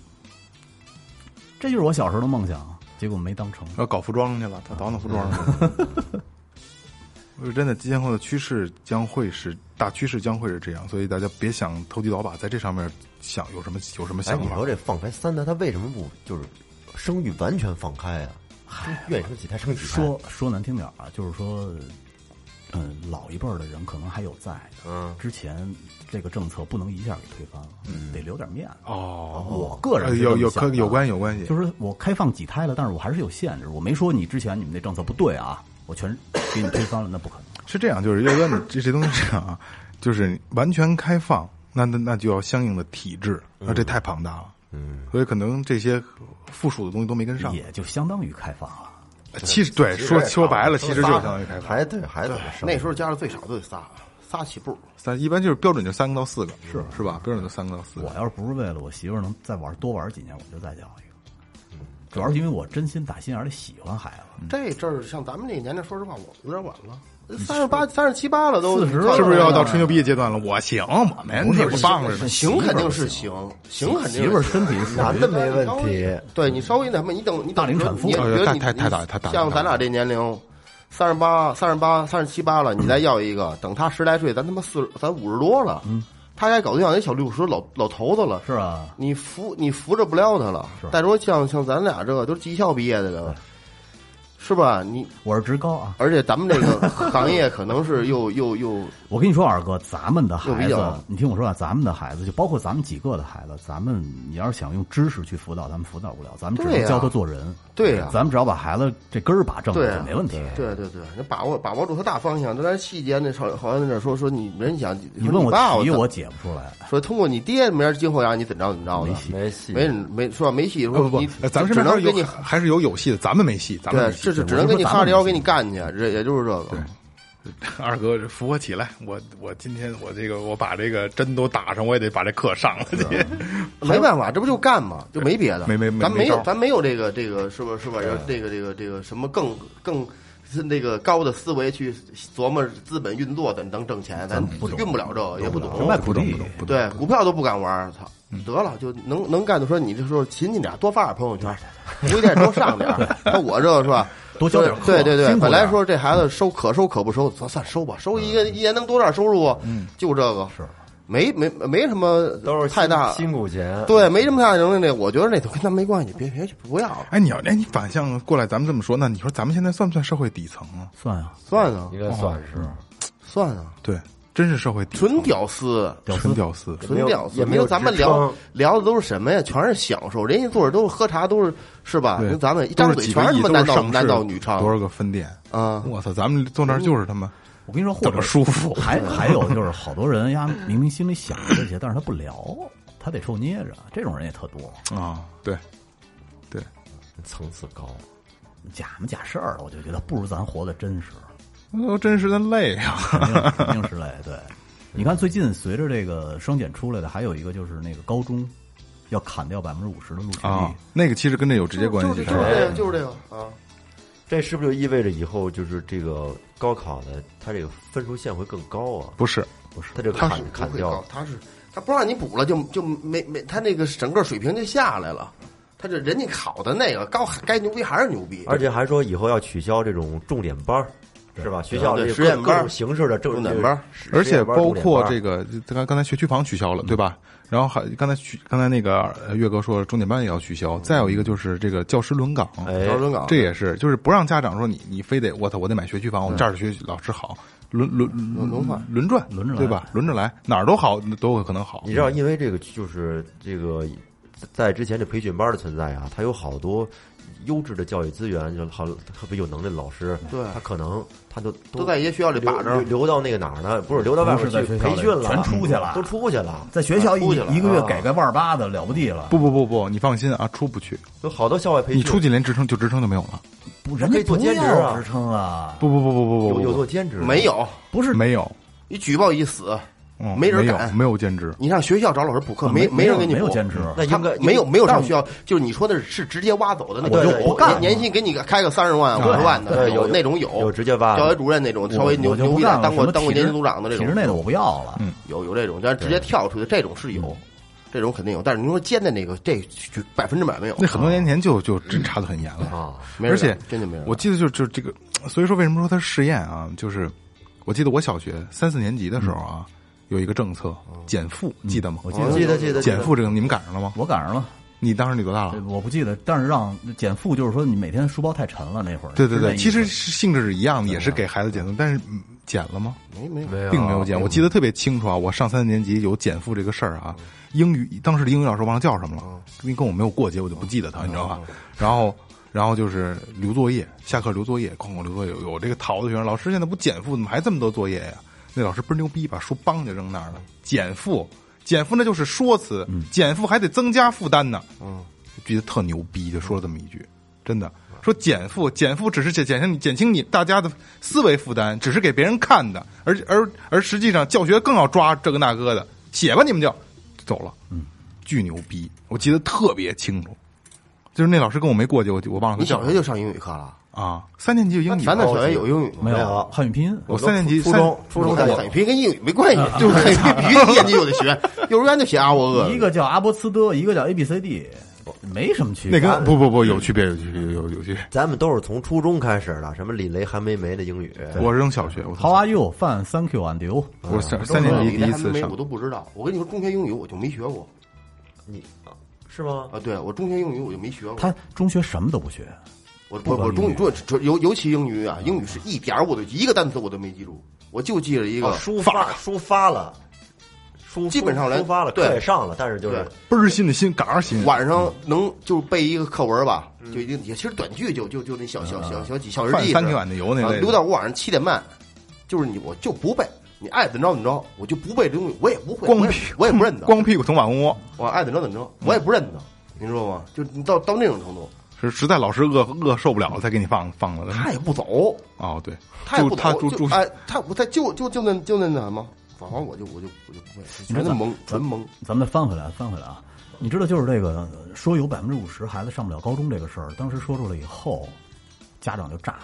S3: 这就是我小时候的梦想啊，结果没当成。
S1: 要搞服装去了，他倒腾服装了。 我说真的，今后的趋势将会是大趋势，将会是这样，所以大家别想投机倒把，在这上面想有什么有什么
S2: 哎，
S1: 想
S2: 你
S1: 法
S2: 说。这放开三胎，他为什么不就是生育完全放开啊？愿意生几胎生几胎？
S3: 说说难听点儿啊，就是说，嗯，老一辈儿的人可能还有在，
S2: 嗯，
S3: 之前这个政策不能一下给推翻了，得留点面子。
S1: 嗯哦，
S3: 我个人
S1: 呃
S3: 是这么
S1: 有有
S3: 想的啊
S1: 可有关系有关系，
S3: 就是我开放几胎了，但是我还是有限制，我没说你之前你们那政策不对啊，我全给你推翻了，那不可能。
S1: 是这样，就是要哥，你这这东西是这样啊，就是完全开放，那那那就要相应的体制，那这太
S4: 嗯
S1: 庞大了，嗯，所以可能这些附属的东西都没跟上，
S3: 也就相当于开放了。
S1: 其实对说说白了，其实就相当于开发。
S2: 还对还得上
S4: 那时候加的最少都得仨，仨起步。
S1: 三一般就是标准就三个到四个，是是吧？标准就三个到四
S3: 我
S1: 个。
S3: 要是不是为了我媳妇儿能再玩多玩几年，我就再要一个。嗯主要是因为我真心打心眼儿里喜欢孩子，
S4: 这阵儿像咱们这个年龄，说实话，我有点晚了，三十八、三十七八了都，
S3: 40了
S1: 是不是要到吹牛逼的阶段了？我行，我没你不棒着呢。
S4: 行肯定是行，行肯定
S3: 媳妇儿
S4: 是
S3: 身体
S2: 男的没问题，
S4: 对你稍微那什么，你等你等
S3: 大龄产妇
S4: 你
S1: 哎呦
S4: 觉得你
S1: 太太太大
S4: 你
S1: 太大
S4: 像咱俩这年龄，三十八、三十八、三十七八了，你再要一个，等他十来岁，咱他妈四咱五十多了，他该搞对象也小六十老老头子了，
S3: 是啊吧？
S4: 你扶你扶着不了他了。再说像像咱俩这个都是技校毕业的了，是吧？你
S3: 我是职高啊。
S4: 而且咱们这个行业可能是又又又
S3: 我跟你说，二哥，咱们的
S4: 又
S3: 孩
S4: 比
S3: 子
S4: 较，
S3: 你听我说啊，咱们的孩子，就包括咱们几个的孩子，咱们你要是想用知识去辅导，咱们辅导不了，咱们只
S4: 对
S3: 能
S4: 呀
S3: 教他做人。
S4: 对呀
S3: 咱们只要把孩子这根儿把正
S4: 对
S3: 了，
S4: 啊
S3: 就没问题。
S4: 对对对，那把握把握住他大方向，但是细节那好好像在那说说你人想
S3: 你问我
S4: 爸
S3: 题，
S4: 怎
S3: 我解不出来。
S4: 说通过你爹明儿今后让你怎么着怎么着的，
S2: 没戏，
S4: 没没说没戏，
S1: 不
S4: 说
S1: 哦不
S4: 你
S1: 不，咱们
S4: 只
S1: 身
S4: 能
S1: 边
S4: 给
S1: 有
S4: 你
S1: 还是有有戏的，咱们没戏，咱们
S4: 对
S1: 没，戏
S4: 这是只
S3: 我
S4: 能
S3: 就
S4: 给你
S3: 说咱
S4: 哈着
S3: 们
S4: 腰给
S3: 没
S4: 你干去，这也就是这个。
S7: 二哥扶我起来，我我今天我这个我把这个针都打上，我也得把这课上了
S4: 啊
S7: 去。
S4: 没办法，这不就干嘛，就没别的，
S1: 没没没
S4: 咱
S1: 没
S4: 没
S1: 招
S4: 有，
S1: 儿
S4: 咱没有这个这个，是不是是吧？这个这个这个什么更更是那个高的思维去琢磨资本运作怎么能挣钱，咱
S3: 不懂
S4: 运不了这个，也不懂，
S3: 卖土地，
S4: 对，股票都不敢玩儿，操！得了，就能能干就说你这时候勤勤点儿，多发点儿朋友圈，微店多上点儿。那我这是吧？
S3: 多交点儿
S4: 对
S3: 课
S4: 对对
S3: 辛，苦
S4: 本
S3: 点
S4: 来
S3: 儿
S4: 说这孩子收可收可不收，咱算收吧，收一个一年能多点儿收入啊？就这个是，没没没什么
S2: 都是辛
S4: 太大
S2: 辛苦钱，
S4: 对，没什么太大能力。那我觉得那都跟咱没关系，别别去，不要了，
S1: 哎，你要哎，你反向过来，咱们这么说，那你说咱们现在算不算社会底层啊？
S3: 算啊，
S4: 算啊
S2: 应该算是
S4: 算啊，
S1: 对，真是社会底层
S4: 纯屌丝。
S3: 屌丝
S1: 纯屌丝。
S2: 没
S4: 纯
S2: 有
S4: 屌丝，
S2: 也没有
S4: 咱们
S2: 支
S4: 聊
S2: 撑
S4: 聊的都是什么呀？全是享受，人家坐着都是喝茶，都是是吧？
S1: 对
S4: 跟，咱们一
S1: 都
S4: 张
S1: 是
S4: 嘴
S1: 几
S4: 全
S1: 个
S4: 是
S1: 亿，
S4: 他妈
S1: 都
S4: 男
S1: 是
S4: 盗
S1: 上市
S4: 男盗女娼，
S1: 多少个分店？
S4: 啊，
S1: 我操，咱们坐那儿就是他妈
S3: 我跟你说，或
S1: 怎么
S3: 者
S1: 舒服。
S3: 还还有就是，好多人呀，明明心里想着这些，但是他不聊，他得臭捏着，这种人也特多，
S1: 啊，对，对，
S2: 层次高，
S3: 假模假事儿的，我就觉得不如咱活得真实，
S1: 那都真是的累啊呀、
S3: 肯定肯定是嘞。对，你看最近随着这个双减出来的，还有一个就是那个高中要砍掉百分之五十的录取率，
S1: 啊！那个其实跟这有直接关系，
S4: 就是
S1: 是
S4: 就是
S1: 吧？哎
S4: 这个，就是这个啊。
S2: 这是不是就意味着以后就是这个高考的它这个分数线会更高啊？
S1: 不是，
S2: 它这个
S4: 他
S2: 砍
S4: 是不
S2: 砍
S4: 会
S2: 掉
S4: 高，他是他不让你补了，就就没没他那个整个水平就下来了。他这人家考的那个高，该牛逼还是牛逼。
S2: 而且还说以后要取消这种重点班儿，是吧？学校
S4: 对
S2: 这个
S4: 实验
S2: 各
S4: 班儿
S2: 各种形式的正
S4: 重点班儿，
S1: 而且包括这
S2: 个
S1: 个，刚刚才学区房取消了，对吧？然后还刚才取刚才那个呃岳哥说重点班也要取消，再有一个就是这个教师轮岗，
S2: 哎
S4: 高中岗
S1: 这也是就是不让家长说你你非得我操我得买学区房，我们这儿的学老师好，轮轮
S4: 轮换
S1: 轮转
S3: 轮着来
S1: 对吧？轮着来哪儿都好都有可能好，
S2: 你知道，因为这个就是这个，在之前这培训班的存在啊，它有好多优质的教育资源，就好特别有能力的老师，
S4: 对
S2: 他可能他就都
S4: 都在一些学校里
S2: 留
S4: 把着
S2: 留留到那个哪儿呢？不是留到外边
S3: 不是在
S2: 去
S3: 学校
S2: 培
S3: 里
S2: 训了，
S3: 全出去了
S2: 都出去了。
S3: 在学校一
S4: 出去了
S3: 一个月
S2: 啊
S3: 给个万儿八的了不地了，
S1: 不不不不，你放心啊，出不去，
S2: 有好多校外培训，
S1: 你出去连职称就职称就没有了，
S3: 不人家
S2: 可以做
S3: 不
S2: 兼职啊
S3: 要职称啊，
S1: 不不不不不
S2: 有
S1: 不
S2: 有
S1: 不
S2: 做兼职的
S4: 没？有，
S3: 不是
S1: 不，没有，
S4: 你举报一死，
S1: 嗯，
S4: 没人
S1: 有
S4: 敢哦
S1: 没有兼职，
S4: 你上学校找老师补课，没
S3: 啊没
S4: 人给你
S3: 没有
S4: 补。嗯
S3: 兼职，
S2: 那
S4: 他
S2: 应该
S4: 没有没有上学
S2: 校，
S4: 校，就是你说的是直接挖走的那
S2: 我
S4: 种，
S2: 就
S4: 有
S2: 不干了
S4: 年年薪给你开个三十万五十万的，
S2: 对有
S4: 那种有
S2: 有直接挖的
S4: 教学主任那种稍微牛
S3: 我就
S4: 牛
S3: 不
S4: 逼
S3: 干
S4: 点，
S3: 了
S4: 当过
S3: 什么
S4: 当过
S3: 体
S4: 年
S3: 制
S4: 级组长的这
S3: 体
S4: 种嗯
S3: 制内的我不要了，
S1: 嗯
S4: 有有这种，但是直接跳出去这种是有，这种肯定有，但是你说尖的那个，这绝百分之百没有啊
S1: 那，很多年前就就真查的很严了
S2: 啊，
S4: 没人
S1: 而且
S4: 敢真的没人敢。
S1: 我记得就就这个，所以说为什么说它是试验啊？就是我记得我小学三四年级的时候啊，有一个政策减负，记得吗？我
S3: 记
S4: 嗯
S3: 得
S2: 记得记得
S1: 减负这个，你们赶上了吗？
S3: 我赶上了。
S1: 你当时你多大
S3: 对
S1: 了？
S3: 我不记得，但是让减负就是说你每天书包太沉了那会儿。
S1: 对对
S3: 是那
S1: 对，
S3: 意思
S1: 其实是性质是一样的，也是给孩子减负，但是嗯减了吗？
S4: 没没
S2: 没有
S1: 并没有减。我记得特别清楚啊，我上三年级有减负这个事儿啊。
S3: 嗯
S1: 英语当时的英语老师忘了叫什么了，因为跟我没有过节，我就不记得他，你知道吧？然后，然后就是留作业，下课留作业，哐哐留作业。有这个淘的学生，老师现在不减负，怎么还这么多作业呀？那老师倍儿牛逼，把书梆就扔那儿了。减负，减负那就是说辞，减负还得增加负担呢。嗯，觉得特牛逼，就说了这么一句，真的。说减负，减负只是减减轻减轻你大家的思维负担，只是给别人看的，而而而实际上教学更要抓这个那个的，写吧你们就走了，嗯，巨牛逼，我记得特别清楚，就是那老师跟我没过去，我就我忘了
S4: 你
S1: 他叫
S4: 小学就上英语课了？
S1: 啊，三年级就英语
S4: 咱那
S1: 了，
S4: 小学有英语吗？
S3: 没有汉语拼音，
S1: 我三年级
S2: 初
S1: 三
S2: 中
S4: 初中
S1: 我
S4: 汉语拼音跟英语没关系，就是汉语拼音年级就得学，幼儿园就写阿沃
S3: 一
S4: 俄。
S3: 个叫阿波茨德，一个叫 A B C D，没什么区别。
S1: 那跟不不不有区别有区别有有区别，
S2: 咱们都是从初中开始的，什么李雷、韩梅梅的英语，
S1: 我扔小学，我
S3: How are you? Fine, thank you and you。
S1: 我三三年级第一次
S4: 没
S1: 上
S4: 我，都不知道。我跟你说，中学英语我就没学过
S2: 你啊是吗？
S4: 啊！对我中学英语我就没学过。
S3: 他中学什么都不学，
S4: 我我我中语中中尤尤其英语啊，英语是一点儿我都一个单词我都没记住，我就记了一个
S2: 哦，抒发抒发了，抒
S4: 基本上来
S2: 抒发了，
S4: 对
S2: 课也上了，但是就是
S4: 对
S1: 倍儿新的新，嘎儿新，
S4: 晚上能就是背一个课文吧，就一定也其实短句就就就那小小小小几小时
S1: 饭
S4: 记
S1: 啊三天碗的油那
S4: 啊
S1: 类
S4: 留
S1: 的，
S4: 到我晚上七点半，就是你我就不背，你爱怎么着怎么着，我就不背这东西，我也不会，
S1: 光
S4: 我也
S1: 屁
S4: 我也不认得，
S1: 光屁股捅马蜂窝。
S4: 我爱怎么着怎么着，我也不认得，你知道吗？就你到到那种程度，
S1: 是实在老师饿饿受不了了，才给你放放了的。
S4: 他也不走，
S1: 哦，对，
S4: 他也
S1: 就
S4: 不
S1: 他
S4: 走，
S1: 住
S4: 就
S1: 住
S4: 哎，他我他就就就那就那那什么，反正我就我就我就不会，
S3: 你知
S4: 全
S3: 道
S4: 是懵，纯懵。
S3: 咱们翻回来，翻回来啊！你知道，就是这个说有百分之五十孩子上不了高中这个事儿，当时说出来以后，家长就炸了，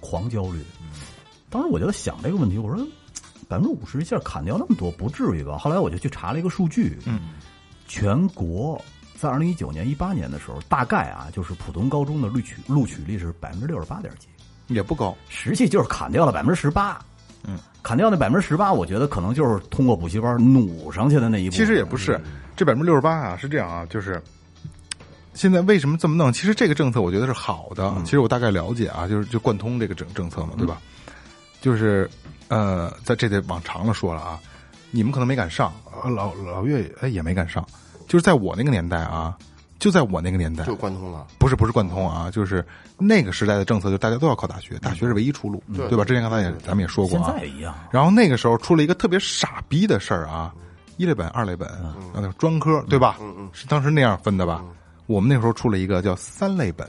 S3: 狂焦虑。
S1: 嗯
S3: 当时我就想这个问题，我说百分之五十一下砍掉那么多，不至于吧？后来我就去查了一个数据，
S1: 嗯，
S3: 全国在二零一九年、一八年的时候，大概啊，就是普通高中的录取录取率是百分之六十八点几，
S1: 也不高，
S3: 实际就是砍掉了百分之十八。
S1: 嗯，
S3: 砍掉那百分之十八，我觉得可能就是通过补习班努上去的那
S4: 嗯
S3: 一步。
S1: 其实也不是，这百分之六十八啊，是这样啊，就是现在为什么这么弄？其实这个政策我觉得是好的，
S4: 嗯
S1: 其实我大概了解啊，就是就贯通这个政政策嘛，对吧？就是呃，在这得往长了说了啊，你们可能没敢上，呃老老岳也哎也没敢上，就是在我那个年代啊，就在我那个年代，
S4: 就贯通了，
S1: 不是不是贯通啊，就是那个时代的政策，就是大家都要考大学，大学是唯一出路，对吧？之前刚才也咱们也说过
S3: 嗯现
S1: 啊
S3: 在。也一样。
S1: 然后那个时候出了一个特别傻逼的事儿啊，一类本、二类本，
S3: 嗯
S1: 那个专科对吧？是当时那样分的吧？我们那时候出了一个叫三类本、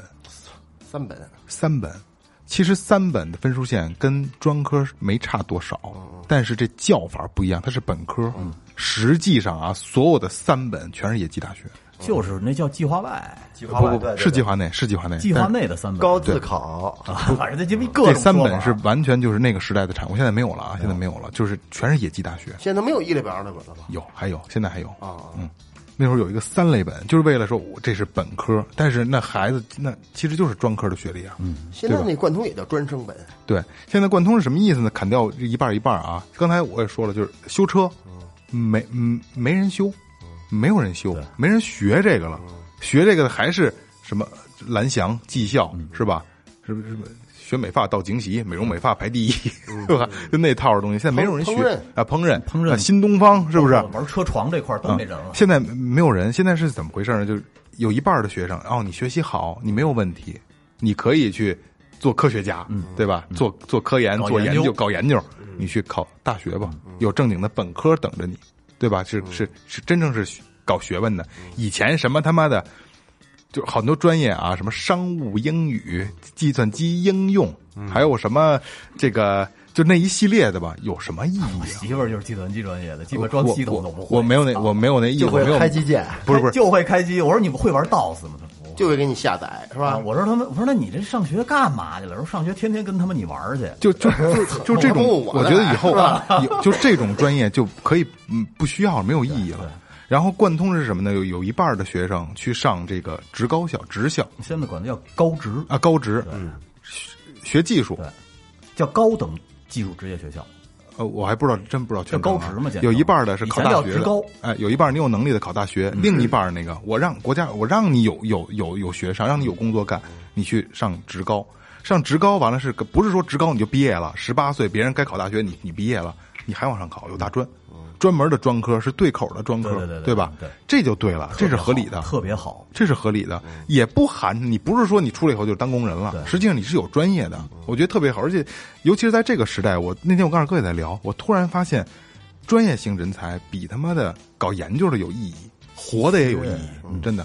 S4: 三本
S1: 三本。其实三本的分数线跟专科没差多少，
S3: 嗯
S1: 但是这叫法不一样，它是本科。实际上啊，所有的三本全是野鸡大学，
S3: 就是那叫计划外、
S2: 计
S1: 不
S2: 划外
S1: 不不，是计划内，是计划内，
S3: 计划
S1: 但
S3: 内的三本，
S2: 高自考，
S3: 反正这鸡巴各
S1: 这
S3: 种
S1: 三
S3: 说
S1: 本
S3: 法
S1: 是完全就是那个时代的产物，现在没有了啊，现在没有了，就是全是野鸡大学，
S4: 现在没有一类本二类本了吧？
S1: 有还有，现在还有。嗯
S4: 啊，
S1: 那时候有一个三类本，就是为了说我这是本科，但是那孩子那其实就是专科的学历啊。嗯，
S4: 现在
S1: 对吧
S4: 那贯通也叫专升本，
S1: 对。现在贯通是什么意思呢？砍掉一半儿一半儿啊。刚才我也说了，就是修车，没嗯没人修，没有人修，没人学这个了，学这个的还是什么蓝翔技校是吧？是不是什么？学美发到景喜，美容美发排第一， 对吧？就那套的东西，现在没有人学
S4: 烹饪
S1: 啊，烹饪，
S3: 烹饪
S1: 啊新东方是不是？
S3: 玩车床这块儿都没人了
S1: 嗯。现在没有人，现在是怎么回事呢？就是有一半的学生，哦，你学习好，你没有问题，你可以去做科学家，对吧？做做科研，
S3: 搞
S1: 做
S3: 研
S1: 究，
S3: 究
S1: 搞研究，你去考大学吧，有正经的本科等着你，对吧？是是是，真正是学搞学问的。以前什么他妈的。就很多专业啊，什么商务英语、计算机应用，还有什么这个，就那一系列的吧，有什么意义啊？
S3: 媳妇儿就是计算机专业的，基
S1: 我
S3: 本装系统都不
S1: 我
S3: 会。哎
S1: 我我没有那我没有那意思，
S2: 就
S1: 我
S2: 会
S1: 没有
S2: 开基建，
S1: 不是不是，
S3: 就会开机。我说你们会玩 DOS 吗？
S4: 就会给你下载是
S3: 啊，
S4: 吧？
S3: 我说他们，我说那你这上学干嘛去了？说上学天天跟他们你玩儿去。
S1: 就就就就这种，
S4: 我
S1: 我
S4: 我
S1: 觉得以后有就这种专业就可以嗯不需要没有意义了。然后贯通是什么呢？有有一半的学生去上这个职高校、职校
S3: 现在管它叫高职，
S1: 啊、高职，学学技术。
S3: 对叫高等技术职业学校。
S1: 呃，我还不知道，真不知道全称啊
S3: 就高职嘛简
S1: 有
S3: 称
S1: 一半的是考大
S3: 以
S1: 学
S3: 前叫职
S1: 的
S3: 高，嗯
S1: 哎，有一半你有能力的考大学，另一半那个我让国家，我让你有有有有学上，让你有工作干，你去上职高，上职高完了是个不是说职高你就毕业了？十八岁别人该考大学，你你毕业了，你还往上考，有大专，专门的专科是对口的专科，
S3: 嗯对对对对
S1: 吧
S3: 对？
S1: 这就对了，这是合理的，
S3: 特别好。
S1: 这是合理的，
S3: 嗯
S1: 也不含你不是说你出来以后就是当工人了，实际上你是有专业的，
S3: 嗯
S1: 我觉得特别好，而且尤其是在这个时代，我那天我跟二哥也在聊，我突然发现，专业嗯型人才比他妈的搞研究的有意义，活的也有意义，真的，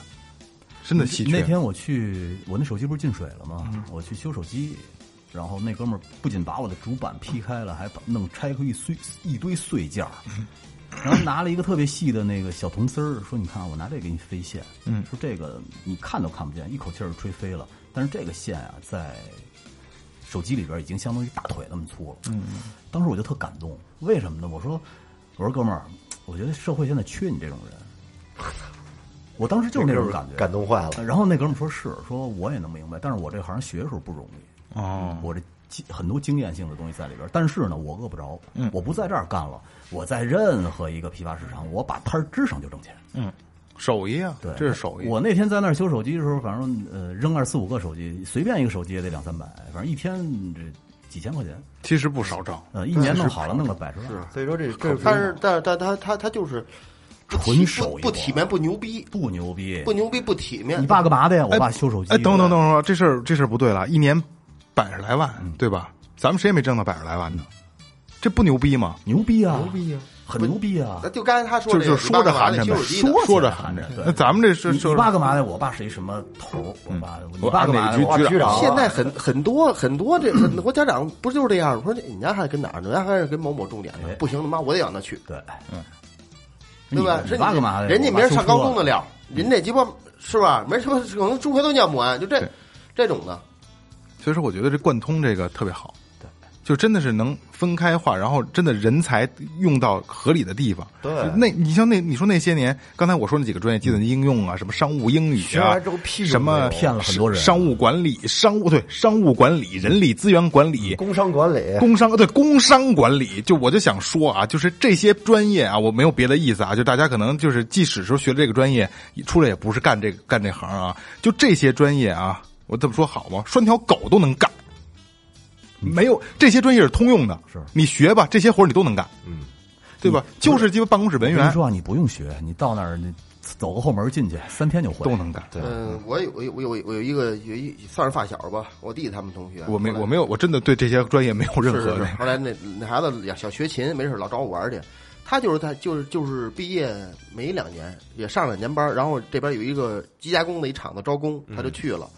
S1: 真的稀缺。嗯
S3: 那天我去，我那手机不是进水了吗？我去修手机，然后那哥们儿不仅把我的主板劈开了，还把弄拆开一碎一堆碎件儿，
S1: 嗯
S3: 然后拿了一个特别细的那个小铜丝儿，说：“你看，我拿这给你飞线。”嗯，说这个你看都看不见，一口气儿就吹飞了。但是这个线啊，在手机里边已经相当于大腿那么粗了。嗯，当时我就特感动，为什么呢？我说，我说哥们儿，我觉得社会现在缺你这种人。 我当时就是那种感觉，
S2: 感动坏了。
S3: 然后那哥们说是，说我也能明白，但是我这行学的时候不容易，
S1: 哦，
S3: 我这经很多经验性的东西在里边。但是呢，我饿不着，
S1: 嗯
S3: 我不在这儿干了，我在任何一个批发市场，我把摊儿支上就挣钱。
S1: 嗯，手艺啊，
S3: 对，
S1: 这是手艺。
S3: 我那天在那儿修手机的时候，反正呃扔二四五个手机，随便一个手机也得两三百，反正一天这几千块钱，
S7: 其实不少挣，
S3: 呃，一年弄好了弄个百十万，
S2: 所以说这这
S4: 但是但但他他他就是不体
S3: 纯
S1: 啊
S3: 手艺
S4: 不不体面不牛逼
S3: 不牛逼
S4: 不。牛逼不体面。
S3: 你爸干嘛的呀？我爸修手机。
S1: 哎，等等等等，这事儿这事儿不对了，一年百十来万，
S3: 嗯
S1: 对吧？咱们谁也没挣到百十来万呢，这不牛逼吗？
S3: 牛逼啊！牛逼啊！很牛逼啊！
S4: 那就刚才他说
S1: 就
S4: 这
S1: 是
S4: 个，
S1: 说着
S4: 喊
S1: 寒碜
S4: 修
S1: 呗，
S4: 手机的，
S1: 说着寒碜
S3: 对。
S1: 那咱们这是
S3: 你
S1: 就
S3: 你
S1: 是
S3: 爸干嘛的？我爸是一什么头儿？我爸，你爸干嘛的？
S1: 哪啊
S3: 我
S1: 局
S3: 爸
S1: 局
S2: 长
S4: 现在很很多很多这很多家长不就是这样吗？我说你家孩子跟哪儿呢？人家孩子跟某某重点的
S3: 哎，
S4: 不行，他妈我得让他去，
S3: 对，嗯，
S4: 对吧？
S3: 你
S4: 是
S3: 你爸干嘛的？
S4: 人家
S3: 我爸
S4: 没人上
S3: 修车啊
S4: 高中的。料，人家鸡巴是吧？没什么可能中学都念不完，就这
S1: 对
S4: 这种的。
S1: 所以说，我觉得这贯通这个特别好，对，就真的是能分开化，然后真的人才用到合理的地方。
S2: 对
S1: 那你像那你说那些年，刚才我说那几个专业，计算机应用啊，什么商务英语
S2: 学
S1: 啊
S2: 完之后屁用
S1: 什
S2: 没
S1: 么
S2: 有
S3: 骗了很多人
S1: 商务管理、商务对商务管理、人力资源管理。
S2: 工商管理，
S1: 工商对工商管理，就我就想说啊，就是这些专业啊，我没有别的意思啊，就大家可能就是即使说学这个专业，出来也不是干这个干这行啊，就这些专业啊，我这么说好吗？拴条狗都能干，没有这些专业是通用的，
S3: 是
S1: 你学吧，这些活儿你都能干，
S2: 嗯，
S1: 对吧？就是鸡巴办公室文
S3: 我跟
S1: 员
S3: 你说啊，你不用学，你到那儿你走个后门进去，三天就回。
S1: 都能干。
S2: 对
S4: 嗯，我有我有我有我有一个有一算是发小吧，我弟他们同学，
S1: 我没我
S4: 没。
S1: 没有，我真的对这些专业没有任
S4: 是
S1: 何
S4: 是
S1: 的
S4: 是。后来那那孩子也想学琴，没事儿老找我玩儿去。他就是他就是就是毕业没两年，也上两年班儿，然后这边有一个机加工的一厂子招工，他就去了。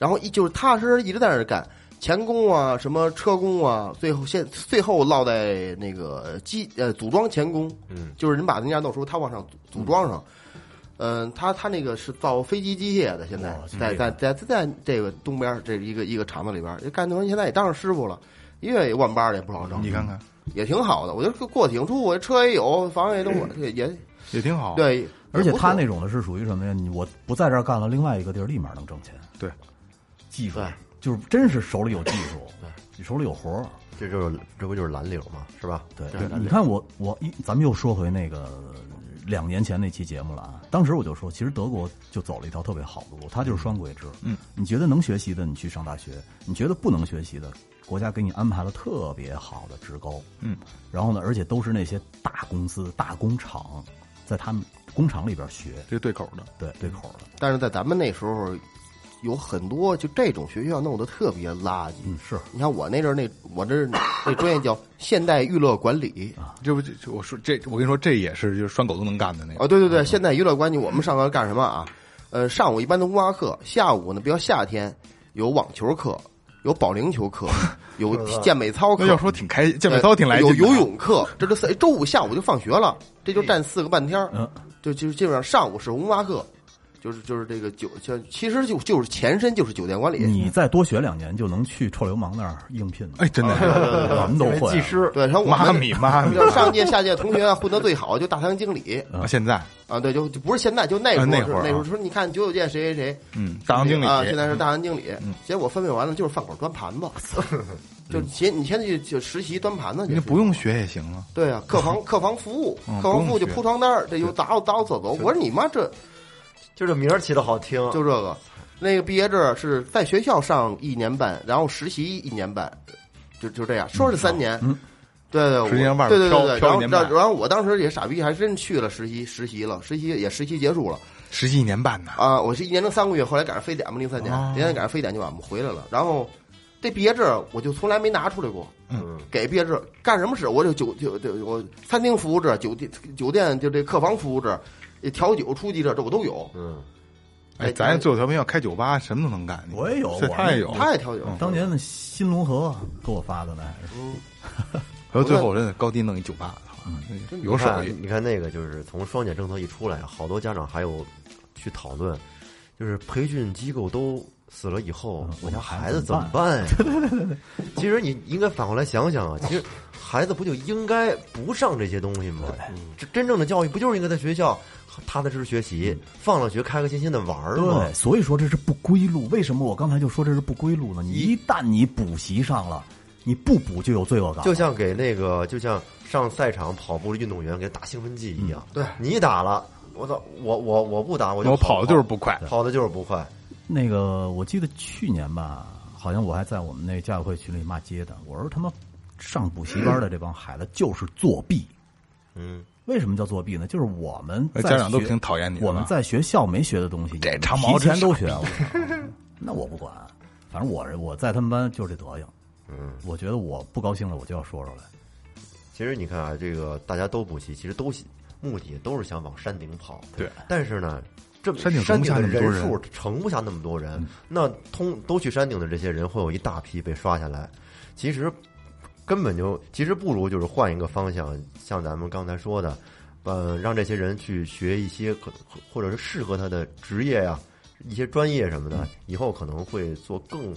S4: 然后一就是踏踏实实一直在那儿干钳工啊，什么车工啊，最后现最后落在那个机呃组装钳工，
S2: 嗯，
S4: 就是人把人家弄出，他往上组组装上。嗯、他他那个是造飞机机械的，现在
S3: 哇哦这
S4: 在
S3: 厉害
S4: 在在在这个东边儿这一个一个厂子里边儿，就干的现在也当上师傅了，一月也万八的也不少
S3: 嗯
S4: 挣，
S1: 你看看
S4: 也挺好的。我觉得过得挺舒服，我车也有，房也都我也也
S1: 也挺好，
S4: 对，
S3: 嗯而且他那
S4: 也
S3: 种的是属于什么呀？你我不在这儿干了，另外一个地儿立马能挣钱。
S1: 对，
S3: 技术
S4: 对
S3: 就是真是手里有技术，你手里有活儿。
S2: 这就是这不就是蓝领嘛，是吧？
S3: 对，你看我我一，咱们又说回那个两年前那期节目了啊。当时我就说，其实德国就走了一条特别好的路，它就是双轨制。嗯，你觉得能学习的，你去上大学；你觉得不能学习的，国家给你安排了特别好的职高。嗯，然后呢，而且都是那些大公司、大工厂，在他们工厂里边学，
S1: 这是对口的。
S3: 对对口的。
S4: 但是在咱们那时候，有很多就这种学校弄得特别垃圾。
S3: 嗯，是
S4: 你看我那阵儿那我这儿那专业叫现代娱乐管理啊，
S1: 这不就就我说这，我跟你说，这也是就是拴狗都能干的那个。
S4: 哦对对对，现代娱乐管理我们上课干什么啊？呃，上午一般都文化课，下午呢，比如夏天有网球课，有保龄球课， 有健美操
S1: 那要
S4: 课，哎
S1: 说挺开心，健美操挺来劲
S4: 有
S1: 的，啊
S4: 游泳课，这都四周五下午就放学了，这就占四个半天儿
S3: 嗯，
S4: 就就基本上上午是文化课，就是就是这个酒，就其实就就是前身就是酒店管理。
S3: 你再多学两年，就能去臭流氓那儿应聘了。
S1: 哎，真的，
S3: 我们都
S2: 因为
S3: 会
S2: 技
S3: 啊。
S2: 师
S4: 对，然后啊 我
S1: 妈
S4: 们
S1: 咪妈咪。
S4: 要上届下届同学啊混得最好就大堂经理
S1: 啊现在，
S4: 啊，对，就就不是现在，就那时
S1: 啊
S4: 候
S1: 那
S4: 那
S1: 会儿啊
S4: 时候说你看九九届谁谁谁，
S1: 嗯，大堂经理嗯
S4: 啊，现在是大堂经理，结果分配完了就是饭馆端盘子， 就先你现在就就实习端盘子去，
S1: 你嗯不用学也行啊。
S4: 对啊，客 房客房服务
S1: 嗯，
S4: 客房服
S1: 不用
S4: 务
S1: 学
S4: 就铺床单儿，这就打扫打扫走走，我说你妈这
S2: 就这名儿起的好听，
S4: 就这个，那个毕业证是在学校上一年半，然后实习一年半，就就这样，说是三年，对对，我
S1: 嗯实际上外边
S4: 对对
S1: 飘
S4: 对对，
S1: 飘
S4: 然
S1: 一
S4: 后
S1: 年
S4: 然
S1: 半
S4: 后然后我当时也傻逼，还真去了实习，实习了，实习也实习结束了
S1: 实习一年半呢，
S4: 啊，我是一年零三个月，后来赶上非典嘛，零三年，
S1: 哦
S4: 零三赶上非典就俺们回来了，然后这毕业证我就从来没拿出来过。
S2: 嗯，
S4: 给毕业证干什么使？我这酒酒酒我餐厅服务证、酒店酒店就这客房服务证、调酒初级证，这我都有。
S2: 嗯，
S1: 哎，咱最后调频要开酒吧，什么都能干。你
S3: 我也有
S1: 这
S3: 我
S1: 他也有，
S4: 他也调酒，
S3: 当年那新龙河啊给我发的那是，
S1: 然后最后人家高低弄一酒吧，
S3: 嗯
S1: 有手
S2: 看
S1: 艺。
S2: 你看那个，就是从双减政策一出来，好多家长还有去讨论，就是培训机构都死了以后，我家孩子怎么办呀？其实你应该反过来想想啊，其实孩子不就应该不上这些东西吗？这真正的教育不就是应该在学校踏踏实实学习，放了学开开心心的玩儿吗？
S3: 对，所以说这是不归路。为什么我刚才就说这是不归路呢？你一旦你补习上了，你不补就有罪恶感了，
S2: 就像给那个，就像上赛场跑步的运动员给打兴奋剂一样。
S4: 对
S2: 你打了，我操，我我我不打，我就
S7: 我跑的就是不快
S2: 跑的就是不快。
S3: 那个，我记得去年吧，好像我还在我们那家委会群里骂街的。我说他妈上补习班的这帮孩子就是作弊。
S2: 嗯，
S3: 为什么叫作弊呢？就是我们
S1: 哎
S3: 在
S1: 家长都
S3: 学
S1: 挺讨厌你的啊
S3: 我们
S1: 吧
S3: 在学校没学的东西，
S1: 这
S3: 你
S1: 长毛
S3: 提前
S1: 真
S3: 都学了。 那我不管，反正我我在他们班就是这德行。嗯，我觉得我不高兴了，我就要说出来。
S2: 其实你看啊，这个大家都补习，其实都喜目的都是想往山顶跑。
S1: 对，
S2: 但是呢，这
S1: 山顶
S2: 山
S1: 容不
S2: 顶
S1: 下
S2: 的
S1: 那么多人嗯
S2: 人数盛不下那么多人，那通都去山顶的这些人会有一大批被刷下来。其实根本就其实不如就是换一个方向，像咱们刚才说的，呃，让这些人去学一些可或者是适合他的职业呀、一些专业什么
S1: 嗯
S2: 的，以后可能会做更。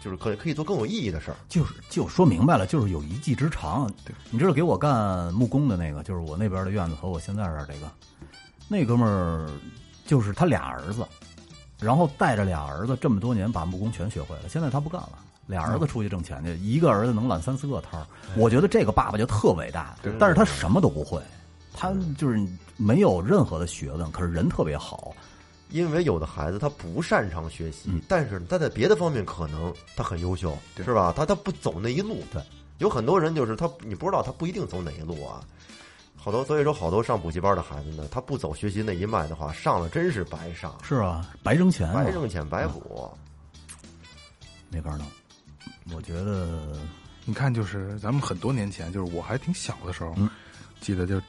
S2: 就是可以可以做更有意义的事儿，
S3: 就是就说明白了，就是有一技之长。你知道给我干木工的那个，就是我那边的院子和我现在这儿这个，那哥们儿就是他俩儿子，然后带着俩儿子这么多年把木工全学会了，现在他不干了。俩儿子出去挣钱去，一个儿子能揽三四个摊儿，我觉得这个爸爸就特伟大。但是他什么都不会，他就是没有任何的学问，可是人特别好。
S2: 因为有的孩子他不擅长学习，
S1: 嗯
S2: 但是他在别的方面可能他很优秀，是吧？他他不走那一路，
S3: 对，
S2: 有很多人就是他，你不知道他不一定走哪一路啊。好多所以说，好多上补习班的孩子呢，他不走学习那一脉的话，上了真是白上，
S3: 是啊，白挣
S1: 哎
S3: 钱、啊，
S2: 白挣钱白补。
S3: 没法弄。我觉得
S1: 你看，就是咱们很多年前，就是我还挺小的时候，
S3: 嗯
S1: 记得就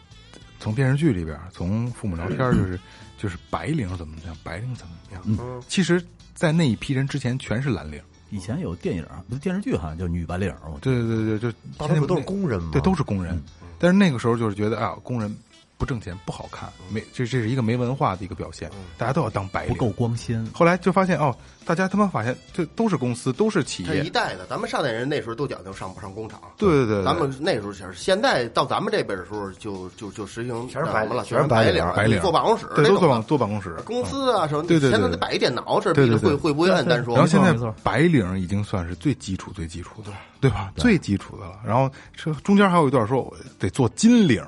S1: 从电视剧里边，从父母聊天，就是、就是白领怎么样，白领怎么样。
S2: 嗯
S1: 其实，在那一批人之前，全是蓝领。
S3: 以前有电影，不是电视剧，好像叫《女白领》，我
S1: 对对对对，就
S2: 大多数都是工人嘛，
S1: 对，都是工人。但是那个时候就是觉得啊，工人不挣钱不好看，没这这是一个没文化的一个表现，大家都要当白
S3: 不
S1: 领。
S3: 够光鲜。
S1: 后来就发现哦，大家他妈发现这都是公司，都是企
S4: 他
S1: 业
S4: 一，代的，咱们上代人那时候都讲究上不上工厂。
S1: 对对对对，
S4: 咱们那时候其实，现在到咱们这辈儿的时候就，就就实行
S2: 全是
S4: 那
S2: 白
S4: 什么了，
S2: 全是
S4: 全
S2: 白
S4: 领
S2: 领
S1: 白领
S4: 坐办公室
S1: 对
S4: 那
S1: 都
S4: 种
S1: 坐
S4: 的
S1: 办坐办公室，
S4: 公司啊什么，
S1: 对对对
S4: 现在得摆一电脑，这
S1: 对对对
S4: 会会不会按？咱说
S1: 然后现在
S3: 没错
S1: 白领已经算是最基础、最基础的，对吧？最基础的了。然后这中间还有一段说我得做金领，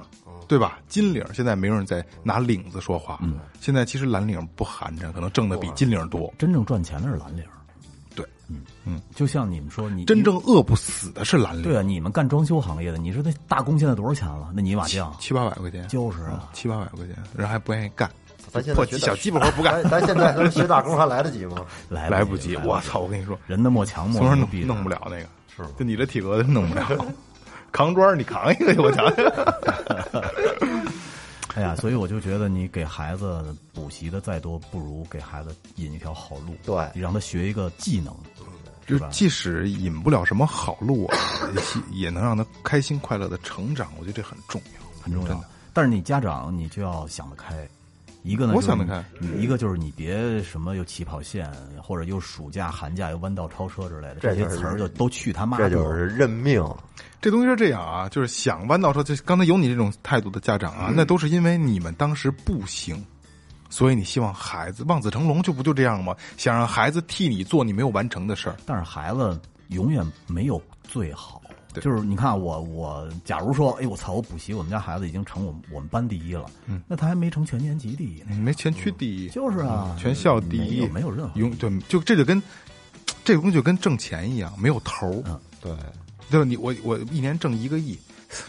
S1: 对吧？金领现在没有人在拿领子说话，
S3: 嗯
S1: 现在其实蓝领不寒碜，可能挣的比金领多。
S3: 真正赚钱的是蓝领，
S1: 对，
S3: 嗯嗯，就像你们说，你
S1: 真正饿不死的是蓝领，
S3: 对啊，你们干装修行业的，你说那大工现在多少钱了？那泥 瓦匠
S1: 七八百块钱，
S3: 就是啊，
S1: 七八百块钱，人还不愿意干，
S2: 咱现在
S1: 破
S2: 学
S1: 小鸡巴活不干，
S2: 咱咱现在都学打工还来得及 吗？
S3: 来
S1: 来
S3: 不
S1: 不及。我！操！我跟你说，
S3: 人的莫强
S1: 从说
S3: 莫牛
S1: 弄
S3: 逼的，
S1: 弄不了那个，
S2: 是吗
S1: 就你这体格子弄不了，扛砖儿你扛一个去，我瞧瞧。
S3: 哎呀，所以我就觉得你给孩子补习的再多，不如给孩子引一条好路，
S2: 对
S3: 你让他学一个技能，
S1: 就是
S3: 吧？
S1: 即使引不了什么好路 啊，也也能让他开心快乐的成长，我觉得这很重要，
S3: 很重
S1: 真
S3: 要
S1: 的。。
S3: 但是你家长你就要想得开，一个呢，
S1: 我
S3: 就是
S1: 想得
S3: 你
S1: 开
S3: 你一个就是你别什么又起跑线，或者又暑假、寒假又弯道超车之类的，
S2: 这
S3: 这些
S2: 就是
S3: 词儿就都去他妈
S2: 这
S3: 的。
S2: 就是认命。
S1: 这东西是这样啊，就是想弯道超车。就刚才有你这种态度的家长啊，
S3: 嗯
S1: 那都是因为你们当时不行，所以你希望孩子望子成龙，就不就这样吗？想让孩子替你做你没有完成的事儿，
S3: 但是孩子永远没有最好。
S1: 对
S3: 就是你看我我，假如说，哎我操，我补习，我们家孩子已经成我们我们班第一了，嗯，那他还没成全年级第一呢，
S1: 你没全区第一，
S3: 就是啊，
S1: 嗯全校第一，
S3: 没有没有任何
S1: 永对，就这就跟这个东西就跟挣钱一样，没有头儿。
S3: 嗯
S2: 对，
S1: 对吧？你我我一年挣一个亿，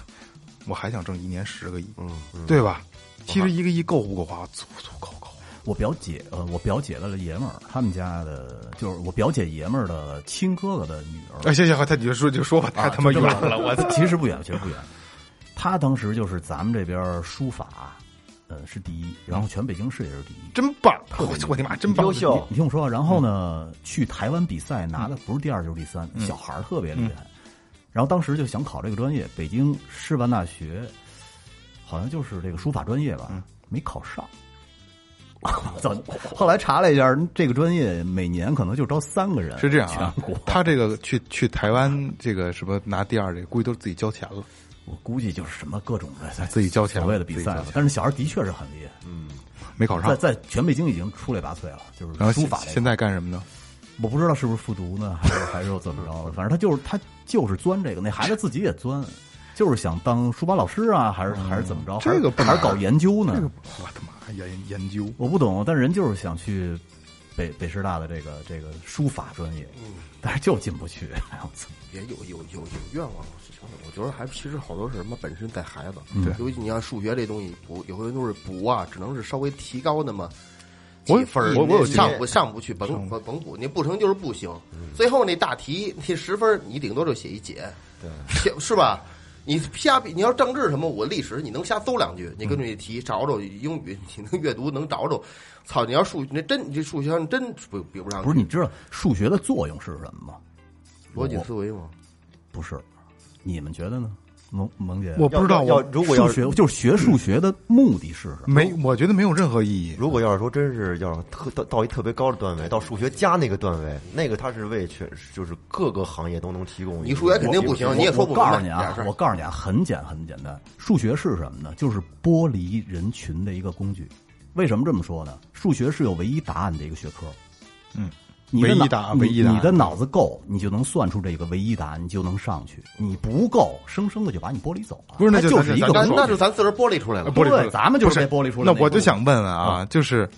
S1: 我还想挣一年十个亿，嗯，对吧？其实一个亿够不够花？足足够够。
S3: 我表姐，呃，我表姐的爷们儿，他们家的，就是我表姐爷们儿的亲哥哥的女儿，
S1: 哎，行行，好他你就说啊就说吧，太他妈远 了，我
S3: 其实不远，其实不远。他当时就是咱们这边书法，呃是第一，然后全北京市也是第一。
S1: 嗯
S7: 真 棒！我我的妈，真棒！
S2: 优秀
S1: 哦
S3: 你听我说啊，然后
S1: 嗯
S3: 呢，去台湾比赛拿的不是第二就是第三，小孩儿特别
S1: 嗯
S3: 厉害。然后当时就想考这个专业，北京师范大学好像就是这个书法专业吧，
S1: 嗯
S3: 没 考上。早后来查了一下，这个专业每年可能就招三个人，
S1: 是这样啊
S3: 全国。
S1: 他这个去去台湾这个什么拿第二，这个估计都是自己交钱了。
S3: 我估计就是什么各种的
S1: 自己交钱
S3: 所谓的比赛
S1: 自己交
S3: 了
S1: 钱。
S3: 但是小孩儿的确是很厉害，
S1: 没考上
S3: 在。在全北京已经出类拔萃了，就是
S1: 然后
S3: 书
S1: 现
S3: 法这个
S1: 现在干什么呢？
S3: 我不知道是不是复读呢，还是还是怎么着的，反正他就是他就是钻这个，那孩子自己也钻，就是想当书法老师啊，还是还是怎么着？
S1: 嗯这个不
S3: 还是
S1: 难
S3: 还是搞研究
S1: 啊
S3: 呢？
S7: 我的妈，研研究
S3: 我不懂，但人就是想去北北师大的这个这个书法专业，但是就进不去。哎我操
S4: 也有有有有愿望的事情，我觉得还其实好多是什么本身带孩子，
S1: 对
S4: 尤其你像数学这东西补，有回都是补啊，只能是稍微提高那么
S7: 我
S4: 几分儿，
S7: 我我有
S4: 你
S7: 经
S4: 上
S7: 验
S4: 不上不去，甭甭甭补，你不成就是不行。最后那大题那十分儿，你顶多就写一解，对，是吧？你瞎比，你要政治什么，我历史你能瞎搜两句，你根据那题找找英语， 你能阅读能找找。操，你要数那真你这数学上真比比不上，
S3: 不是你知道数学的作用是什么吗？
S4: 逻辑
S3: 我
S4: 思维吗？
S3: 不是，你们觉得呢？萌萌姐，
S7: 我不知道
S2: 要
S7: 我
S2: 要如果要
S3: 数学就是学数学的目的是什
S4: 嗯
S3: 么？
S1: 没，我觉得没有任何意义。
S2: 如果要是说真是要是特到到一特别高的段位，到数学家那个段位，那个它是为全就是各个行业都能提供一个。
S4: 你数学肯定不行你也
S3: 我
S4: 说不明白
S3: 告诉你
S4: 这
S3: 啊
S4: 事，儿
S3: 我告诉你啊，很简很简单，数学是什么呢？就是剥离人群的一个工具。为什么这么说呢？数学是有唯一答案的一个学科。
S1: 嗯，
S3: 你的
S1: 唯一
S3: 脑
S1: 答案
S3: 你
S1: 唯一答案
S3: 你的脑子够，你就能算出这个唯一答案，你就能上去。你不够，生生的就把你剥离走了。
S1: 不是那
S3: 它
S1: 就
S3: 就
S1: 咱
S3: 是
S1: 就
S3: 一个
S1: 咱
S4: 那
S3: 工
S1: 说
S3: 具
S4: 那就咱自个儿剥离出来了。
S1: 呃
S7: 不是
S3: 对，咱们就是
S7: 不是
S3: 被剥离出来
S1: 那
S3: 的
S1: 我
S3: 部
S1: 就
S3: 分
S1: 想问问啊，就是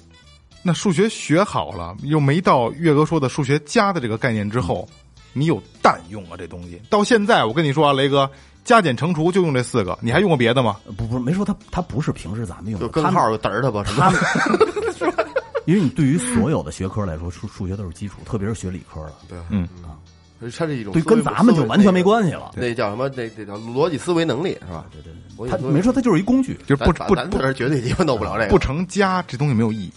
S1: 那数学学好了，又没到岳哥说的数学家的这个概念之后，你有蛋用啊？这东西到现在，我跟你说啊，雷哥，加减乘除就用这四个，你还用过别的吗？
S3: 不不是没说它它不是平时咱们用的，
S4: 就根
S3: 它
S4: 号儿就嘚儿他吧，什 么
S3: 因为你对于所有的学科来说，数数学都是基础，特别是学理科的，
S4: 对，
S1: 嗯
S4: 啊，它是一种
S3: 对，
S4: 思维
S3: 跟咱们就完全没关系了。
S4: 思维那个那叫什么？那那叫逻辑思维能力是吧？对对对
S3: 他没说，它就是一工具，
S1: 就是不
S4: 咱
S1: 不
S4: 咱
S1: 不
S4: 这绝对鸡巴弄不了这个，嗯
S1: 不成家，这东西没有意义。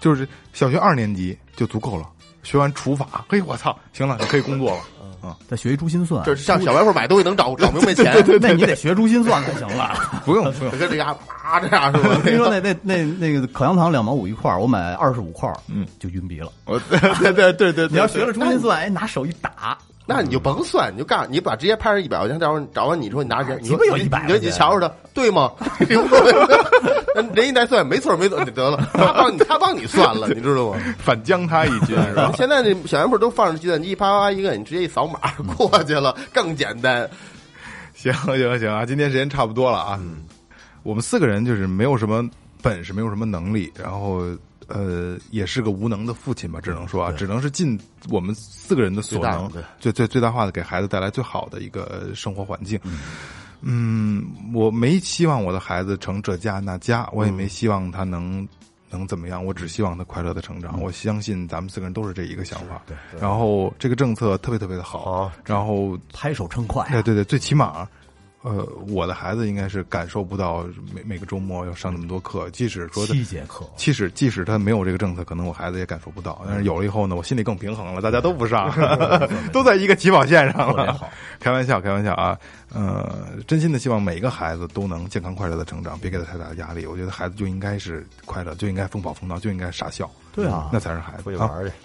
S1: 就是小学二年级就足够了，学完除法，嘿，我操，行了，你可以工作了。
S4: 嗯
S3: 再学一珠心算，哎
S4: 这上小卖部买东西能找找明白钱，
S3: 那你得学珠心算才行 了。
S1: 啊不用不用，
S4: 跟这家啪这样是 吧？
S3: 跟你说那那那那个口香糖两毛五一块儿，我买二十五块，嗯，就晕鼻了。
S1: 我对对对对，
S3: 你要学了珠心算，哎，拿手一打，
S4: 那你就甭算，你就干，你把直接拍上一百块钱，到时候找完你说你拿着钱，你说
S3: 鸡巴有100
S4: 你说你瞧瞧他，对 吗？人一再算，没错没错，得了，他帮你他帮你算了，你知道吗？
S1: 反将他一军是 吧？
S4: 现在这小卖部都放着计算机，啪啪一个，你直接一扫码 过去了，更简单。
S1: 行 行行啊，今天时间差不多了啊。我们四个人就是没有什么本事，没有什么能力，然后呃，也是个无能的父亲吧，只能说啊，只能是尽我们四个人的所能
S4: 最大对，
S1: 最最最大化的给孩子带来最好的一个生活环境。嗯，我没希望我的孩子成这家那家，我也没希望他能。能怎么样？我只希望他快乐的成长。我相信咱们四个人都是这一个想法。然后这个政策特别特别的好
S2: 好，
S1: 然后
S3: 拍手称快。啊
S1: 哎，对对，最起码，呃，我的孩子应该是感受不到每每个周末要上那么多课，即使说他。
S3: 七节课，
S1: 即使即使他没有这个政策，可能我孩子也感受不到。但是有了以后呢，我心里更平衡了，大家都不上， 都在一个起跑线上
S3: 特别
S1: 了
S3: 好。
S1: 开玩笑，开玩笑啊！呃，真心的希望每一个孩子都能健康快乐的成长，别给他太大的压力。我觉得孩子就应该是快乐，就应该疯跑疯闹，就应该傻笑，
S3: 对啊
S1: 那才是孩子。
S2: 出去玩
S1: 好，
S2: 儿去，
S4: 嗯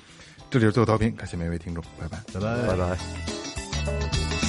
S1: 这里是最后调频，感谢每位听众，拜拜。
S3: 拜
S2: 拜
S3: 拜
S2: 拜。